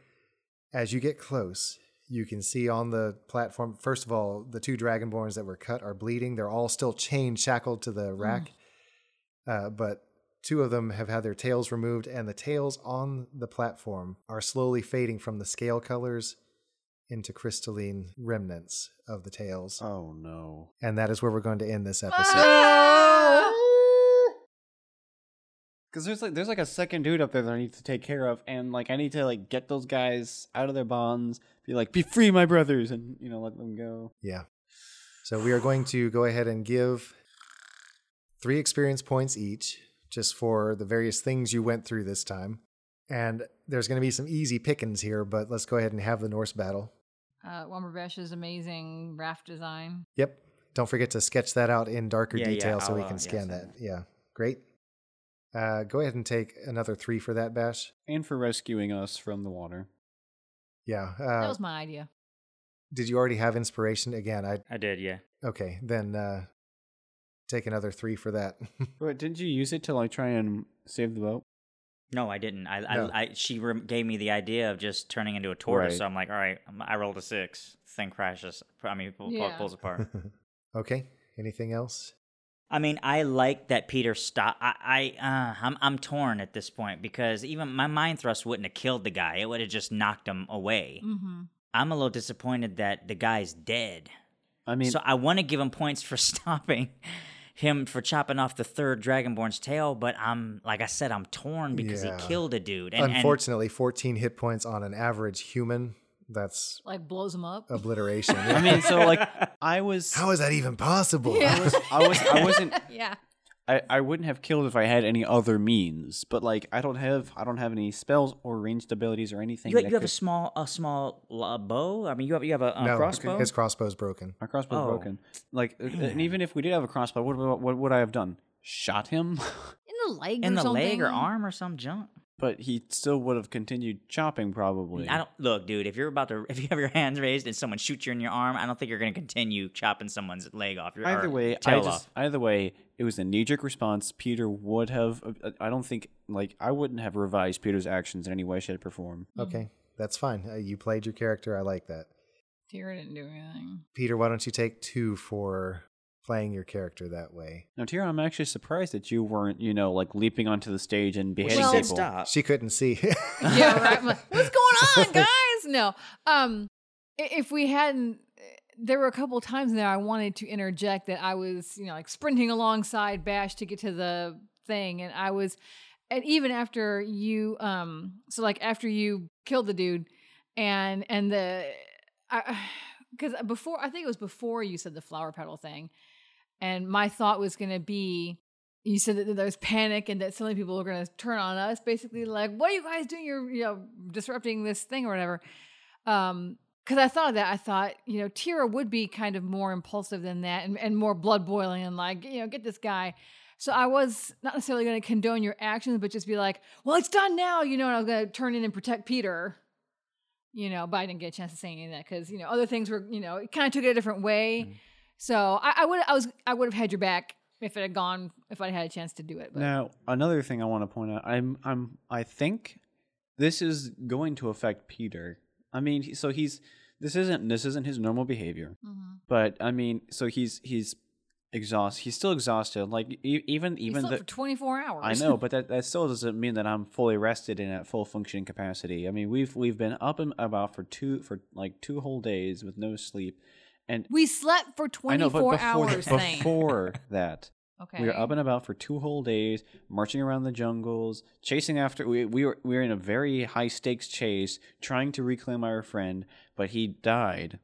[SPEAKER 1] as you get close, you can see on the platform, first of all, the two Dragonborns that were cut are bleeding. They're all still chained, shackled to the rack uh, but two of them have had their tails removed, and the tails on the platform are slowly fading from the scale colors into crystalline remnants of the tails.
[SPEAKER 5] Oh no.
[SPEAKER 1] And that is where we're going to end this episode.
[SPEAKER 4] Ah!
[SPEAKER 5] Cause there's like there's like a second dude up there that I need to take care of, and like I need to like get those guys out of their bonds, be like, be free, my brothers, and you know let them go.
[SPEAKER 1] Yeah. So we are going to go ahead and give three experience points each just for the various things you went through this time. And there's going to be some easy pickings here, but let's go ahead and have the Norse battle.
[SPEAKER 4] Uh, Wamravesh's amazing raft design.
[SPEAKER 1] Yep. Don't forget to sketch that out in darker
[SPEAKER 3] Yeah, yeah,
[SPEAKER 1] detail so we
[SPEAKER 3] I'll, uh,
[SPEAKER 1] can
[SPEAKER 3] yeah,
[SPEAKER 1] scan
[SPEAKER 3] send
[SPEAKER 1] that.
[SPEAKER 3] that.
[SPEAKER 1] Yeah. Great. Uh, go ahead and take another three for that, Bash.
[SPEAKER 5] And for rescuing us from the water.
[SPEAKER 1] Yeah.
[SPEAKER 4] that
[SPEAKER 1] Uh,
[SPEAKER 4] was my idea.
[SPEAKER 1] did you already have inspiration? Again, I.
[SPEAKER 3] I did. Yeah.
[SPEAKER 1] Okay. Then uh, take another three for that.
[SPEAKER 5] But didn't you use it to like try and save the boat?
[SPEAKER 3] No, I didn't. I,
[SPEAKER 1] No.
[SPEAKER 3] I, I she rem gave me the idea of just turning into a tortoise.
[SPEAKER 5] Right.
[SPEAKER 3] So I'm like, all right, I'm- I rolled a six. Thing crashes. I mean, pull, pull-
[SPEAKER 4] Yeah.
[SPEAKER 3] pulls apart.
[SPEAKER 1] okay. Anything else?
[SPEAKER 3] I mean, I like that Peter stop. I, I uh, I'm, I'm torn at this point because even my mind thrust wouldn't have killed the guy. It would have just knocked him away.
[SPEAKER 4] Mm-hmm.
[SPEAKER 3] I'm a little disappointed that the guy's dead.
[SPEAKER 5] I mean,
[SPEAKER 3] so I want to give him points for stopping him for chopping off the third Dragonborn's tail, but I'm like I said, I'm torn because
[SPEAKER 1] Yeah.
[SPEAKER 3] he killed a dude. And, and
[SPEAKER 1] Unfortunately, 14 hit points on an average human. That's
[SPEAKER 4] Like blows him up.
[SPEAKER 1] obliteration.
[SPEAKER 5] I mean, so like I was,
[SPEAKER 1] How is that even possible?
[SPEAKER 4] Yeah.
[SPEAKER 5] I was, I wasn't,
[SPEAKER 4] yeah.
[SPEAKER 5] I, I wouldn't have killed if I had any other means. But like I don't have, I don't have any spells or ranged abilities or anything.
[SPEAKER 3] you,
[SPEAKER 5] that
[SPEAKER 3] you have a
[SPEAKER 5] could-
[SPEAKER 3] small a small uh, bow. I mean, you have you have a, uh
[SPEAKER 1] No,
[SPEAKER 3] crossbow.
[SPEAKER 1] his crossbow's broken.
[SPEAKER 5] My crossbow
[SPEAKER 3] Oh.
[SPEAKER 5] broken. Like, uh, and even if we did have a crossbow, what what, what would I have done? Shot him,
[SPEAKER 4] In the leg
[SPEAKER 3] in
[SPEAKER 4] or
[SPEAKER 3] the
[SPEAKER 4] something.
[SPEAKER 3] leg or arm or some junk.
[SPEAKER 5] but he still would have continued chopping probably.
[SPEAKER 3] I don't look, dude. If you're about to, if you have your hands raised and someone shoots you in your arm, I don't think you're going to continue chopping someone's leg off. Your
[SPEAKER 5] Either
[SPEAKER 3] or
[SPEAKER 5] way, I
[SPEAKER 3] tail
[SPEAKER 5] just,
[SPEAKER 3] off.
[SPEAKER 5] either way, it was a knee jerk response. Peter would have. uh, I don't think like I wouldn't have revised Peter's actions in any way, shape, or form.
[SPEAKER 3] Mm.
[SPEAKER 4] Mm,
[SPEAKER 1] Okay, that's fine. Uh, you played your character. I like that.
[SPEAKER 4] Tira didn't do anything.
[SPEAKER 1] Peter, why don't you take two for playing your character that way?
[SPEAKER 5] Now, Tira, I'm actually surprised that you weren't, you know, like leaping onto the stage and
[SPEAKER 3] Well,
[SPEAKER 5] beheading
[SPEAKER 3] she
[SPEAKER 4] Well-
[SPEAKER 3] said
[SPEAKER 5] people.
[SPEAKER 3] stop.
[SPEAKER 1] She couldn't see.
[SPEAKER 4] yeah, right. I'm like, What's going on, guys? No. Um, i- if we hadn't, eh, there were a couple times there I wanted to interject that I was, you know, like sprinting alongside Bash to get to the thing, and I was, and even after you, um, so like after you killed the dude, and and the, I, because before I think it was before you said the flower petal thing, and my thought was gonna be you said that there's panic and that suddenly people are going to turn on us basically like what are you guys doing you're you know disrupting this thing or whatever um because i thought of that i thought you know tira would be kind of more impulsive than that and, and more blood boiling and like you know get this guy so i was not necessarily going to condone your actions but just be like well it's done now you know and i was going to turn in and protect peter you know but i didn't get a chance to say any of that because you know other things were you know it kind of took it a different way
[SPEAKER 5] Mm.
[SPEAKER 4] so I, I would I was I would have had your back if it had gone if I had a chance to do it. But
[SPEAKER 5] Now, another thing I want to point out, I'm, I'm, I think this is going to affect Peter. I mean, he- so he's this isn't this isn't his normal behavior,
[SPEAKER 4] Mhm.
[SPEAKER 5] but I mean, so he's he's exhausted. He's still exhausted. Like e- even
[SPEAKER 4] You
[SPEAKER 5] even
[SPEAKER 4] slept
[SPEAKER 5] the
[SPEAKER 4] for 24 hours.
[SPEAKER 5] I know, but that, that still doesn't mean that I'm fully rested and at full functioning capacity. I mean, we've we've been up and about for two for like two whole days with no sleep, and
[SPEAKER 4] we slept for 24
[SPEAKER 5] I know, but before
[SPEAKER 4] hours.
[SPEAKER 5] that,
[SPEAKER 4] thing.
[SPEAKER 5] before that,
[SPEAKER 4] okay.
[SPEAKER 5] we were up and about for two whole days, marching around the jungles, chasing after. We we were we were in a very high stakes chase, trying to reclaim our friend, but he died,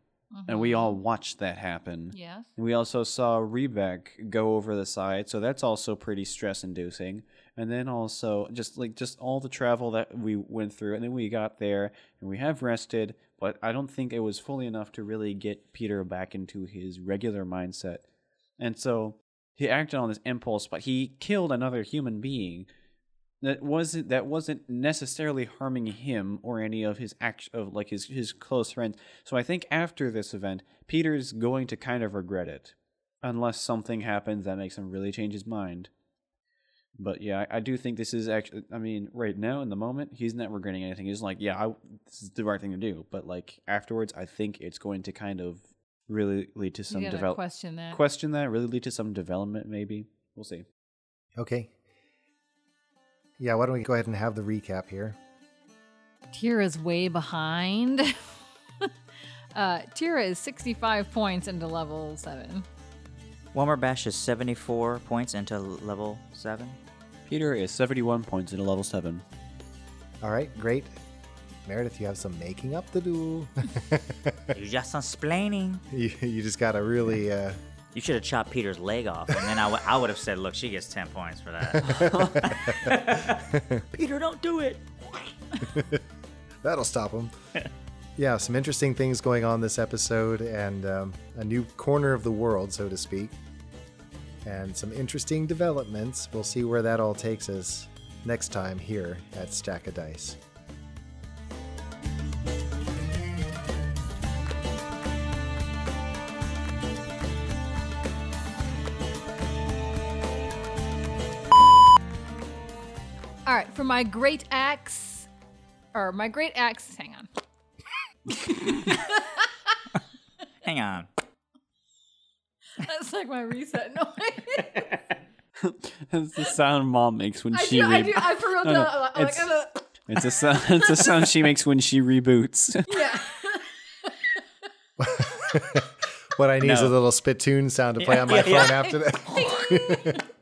[SPEAKER 5] and we
[SPEAKER 4] Mm.
[SPEAKER 5] all watched that happen.
[SPEAKER 4] Mm-hmm. Yes.
[SPEAKER 5] We also saw Rebek go over the side, so that's also pretty stress inducing. And then also just like just all the travel that we went through, and then we got there and we have rested, but I don't think it was fully enough to really get Peter back into his regular mindset. And so he acted on this impulse, but he killed another human being that wasn't that wasn't necessarily harming him or any of his act of like his his close friends. So I think after this event, Peter's going to kind of regret it, unless something happens that makes him really change his mind. But yeah, I, I do think this is actually. I mean, right now in the moment, he's not regretting anything. He's like, yeah, I, this is the right thing to do. But like afterwards, I think it's going to kind of really lead to some
[SPEAKER 4] you gotta
[SPEAKER 5] development
[SPEAKER 4] question that.
[SPEAKER 5] question that really lead to some development maybe we'll see
[SPEAKER 1] okay. Yeah, why don't we go ahead and have the recap here?
[SPEAKER 4] Tira's way behind. uh, Tira is 65 points into level seven.
[SPEAKER 3] Wilmer Bash is 74 points into level 7.
[SPEAKER 5] peter is 71 points into level 7
[SPEAKER 1] All right, great. Meredith, you have some making up to do.
[SPEAKER 3] You're just explaining.
[SPEAKER 1] you, you just got to really. Uh,
[SPEAKER 3] You should have chopped Peter's leg off, and then I would have said, look, she gets 10 points for that. Peter, don't do it.
[SPEAKER 1] That'll stop him. yeah, some interesting things going on this episode and um, a new corner of the world, so to speak, and some interesting developments. We'll see where that all takes us next time here at Stack of Dice.
[SPEAKER 4] All right, for my great axe, or my great axe. Hang on.
[SPEAKER 3] Hang on.
[SPEAKER 4] That's like my reset noise.
[SPEAKER 5] that's the sound mom makes when
[SPEAKER 4] I
[SPEAKER 5] she
[SPEAKER 4] do, I
[SPEAKER 5] re-
[SPEAKER 4] do. I for real
[SPEAKER 5] No,
[SPEAKER 4] do.
[SPEAKER 5] no,
[SPEAKER 4] I'm like- I'm like,
[SPEAKER 5] it's-
[SPEAKER 4] I'm like,
[SPEAKER 5] it's a sound it's a sound she makes when she reboots
[SPEAKER 4] yeah.
[SPEAKER 1] What I need is a
[SPEAKER 5] No.
[SPEAKER 1] little spittoon sound to play on my phone after that.
[SPEAKER 4] it.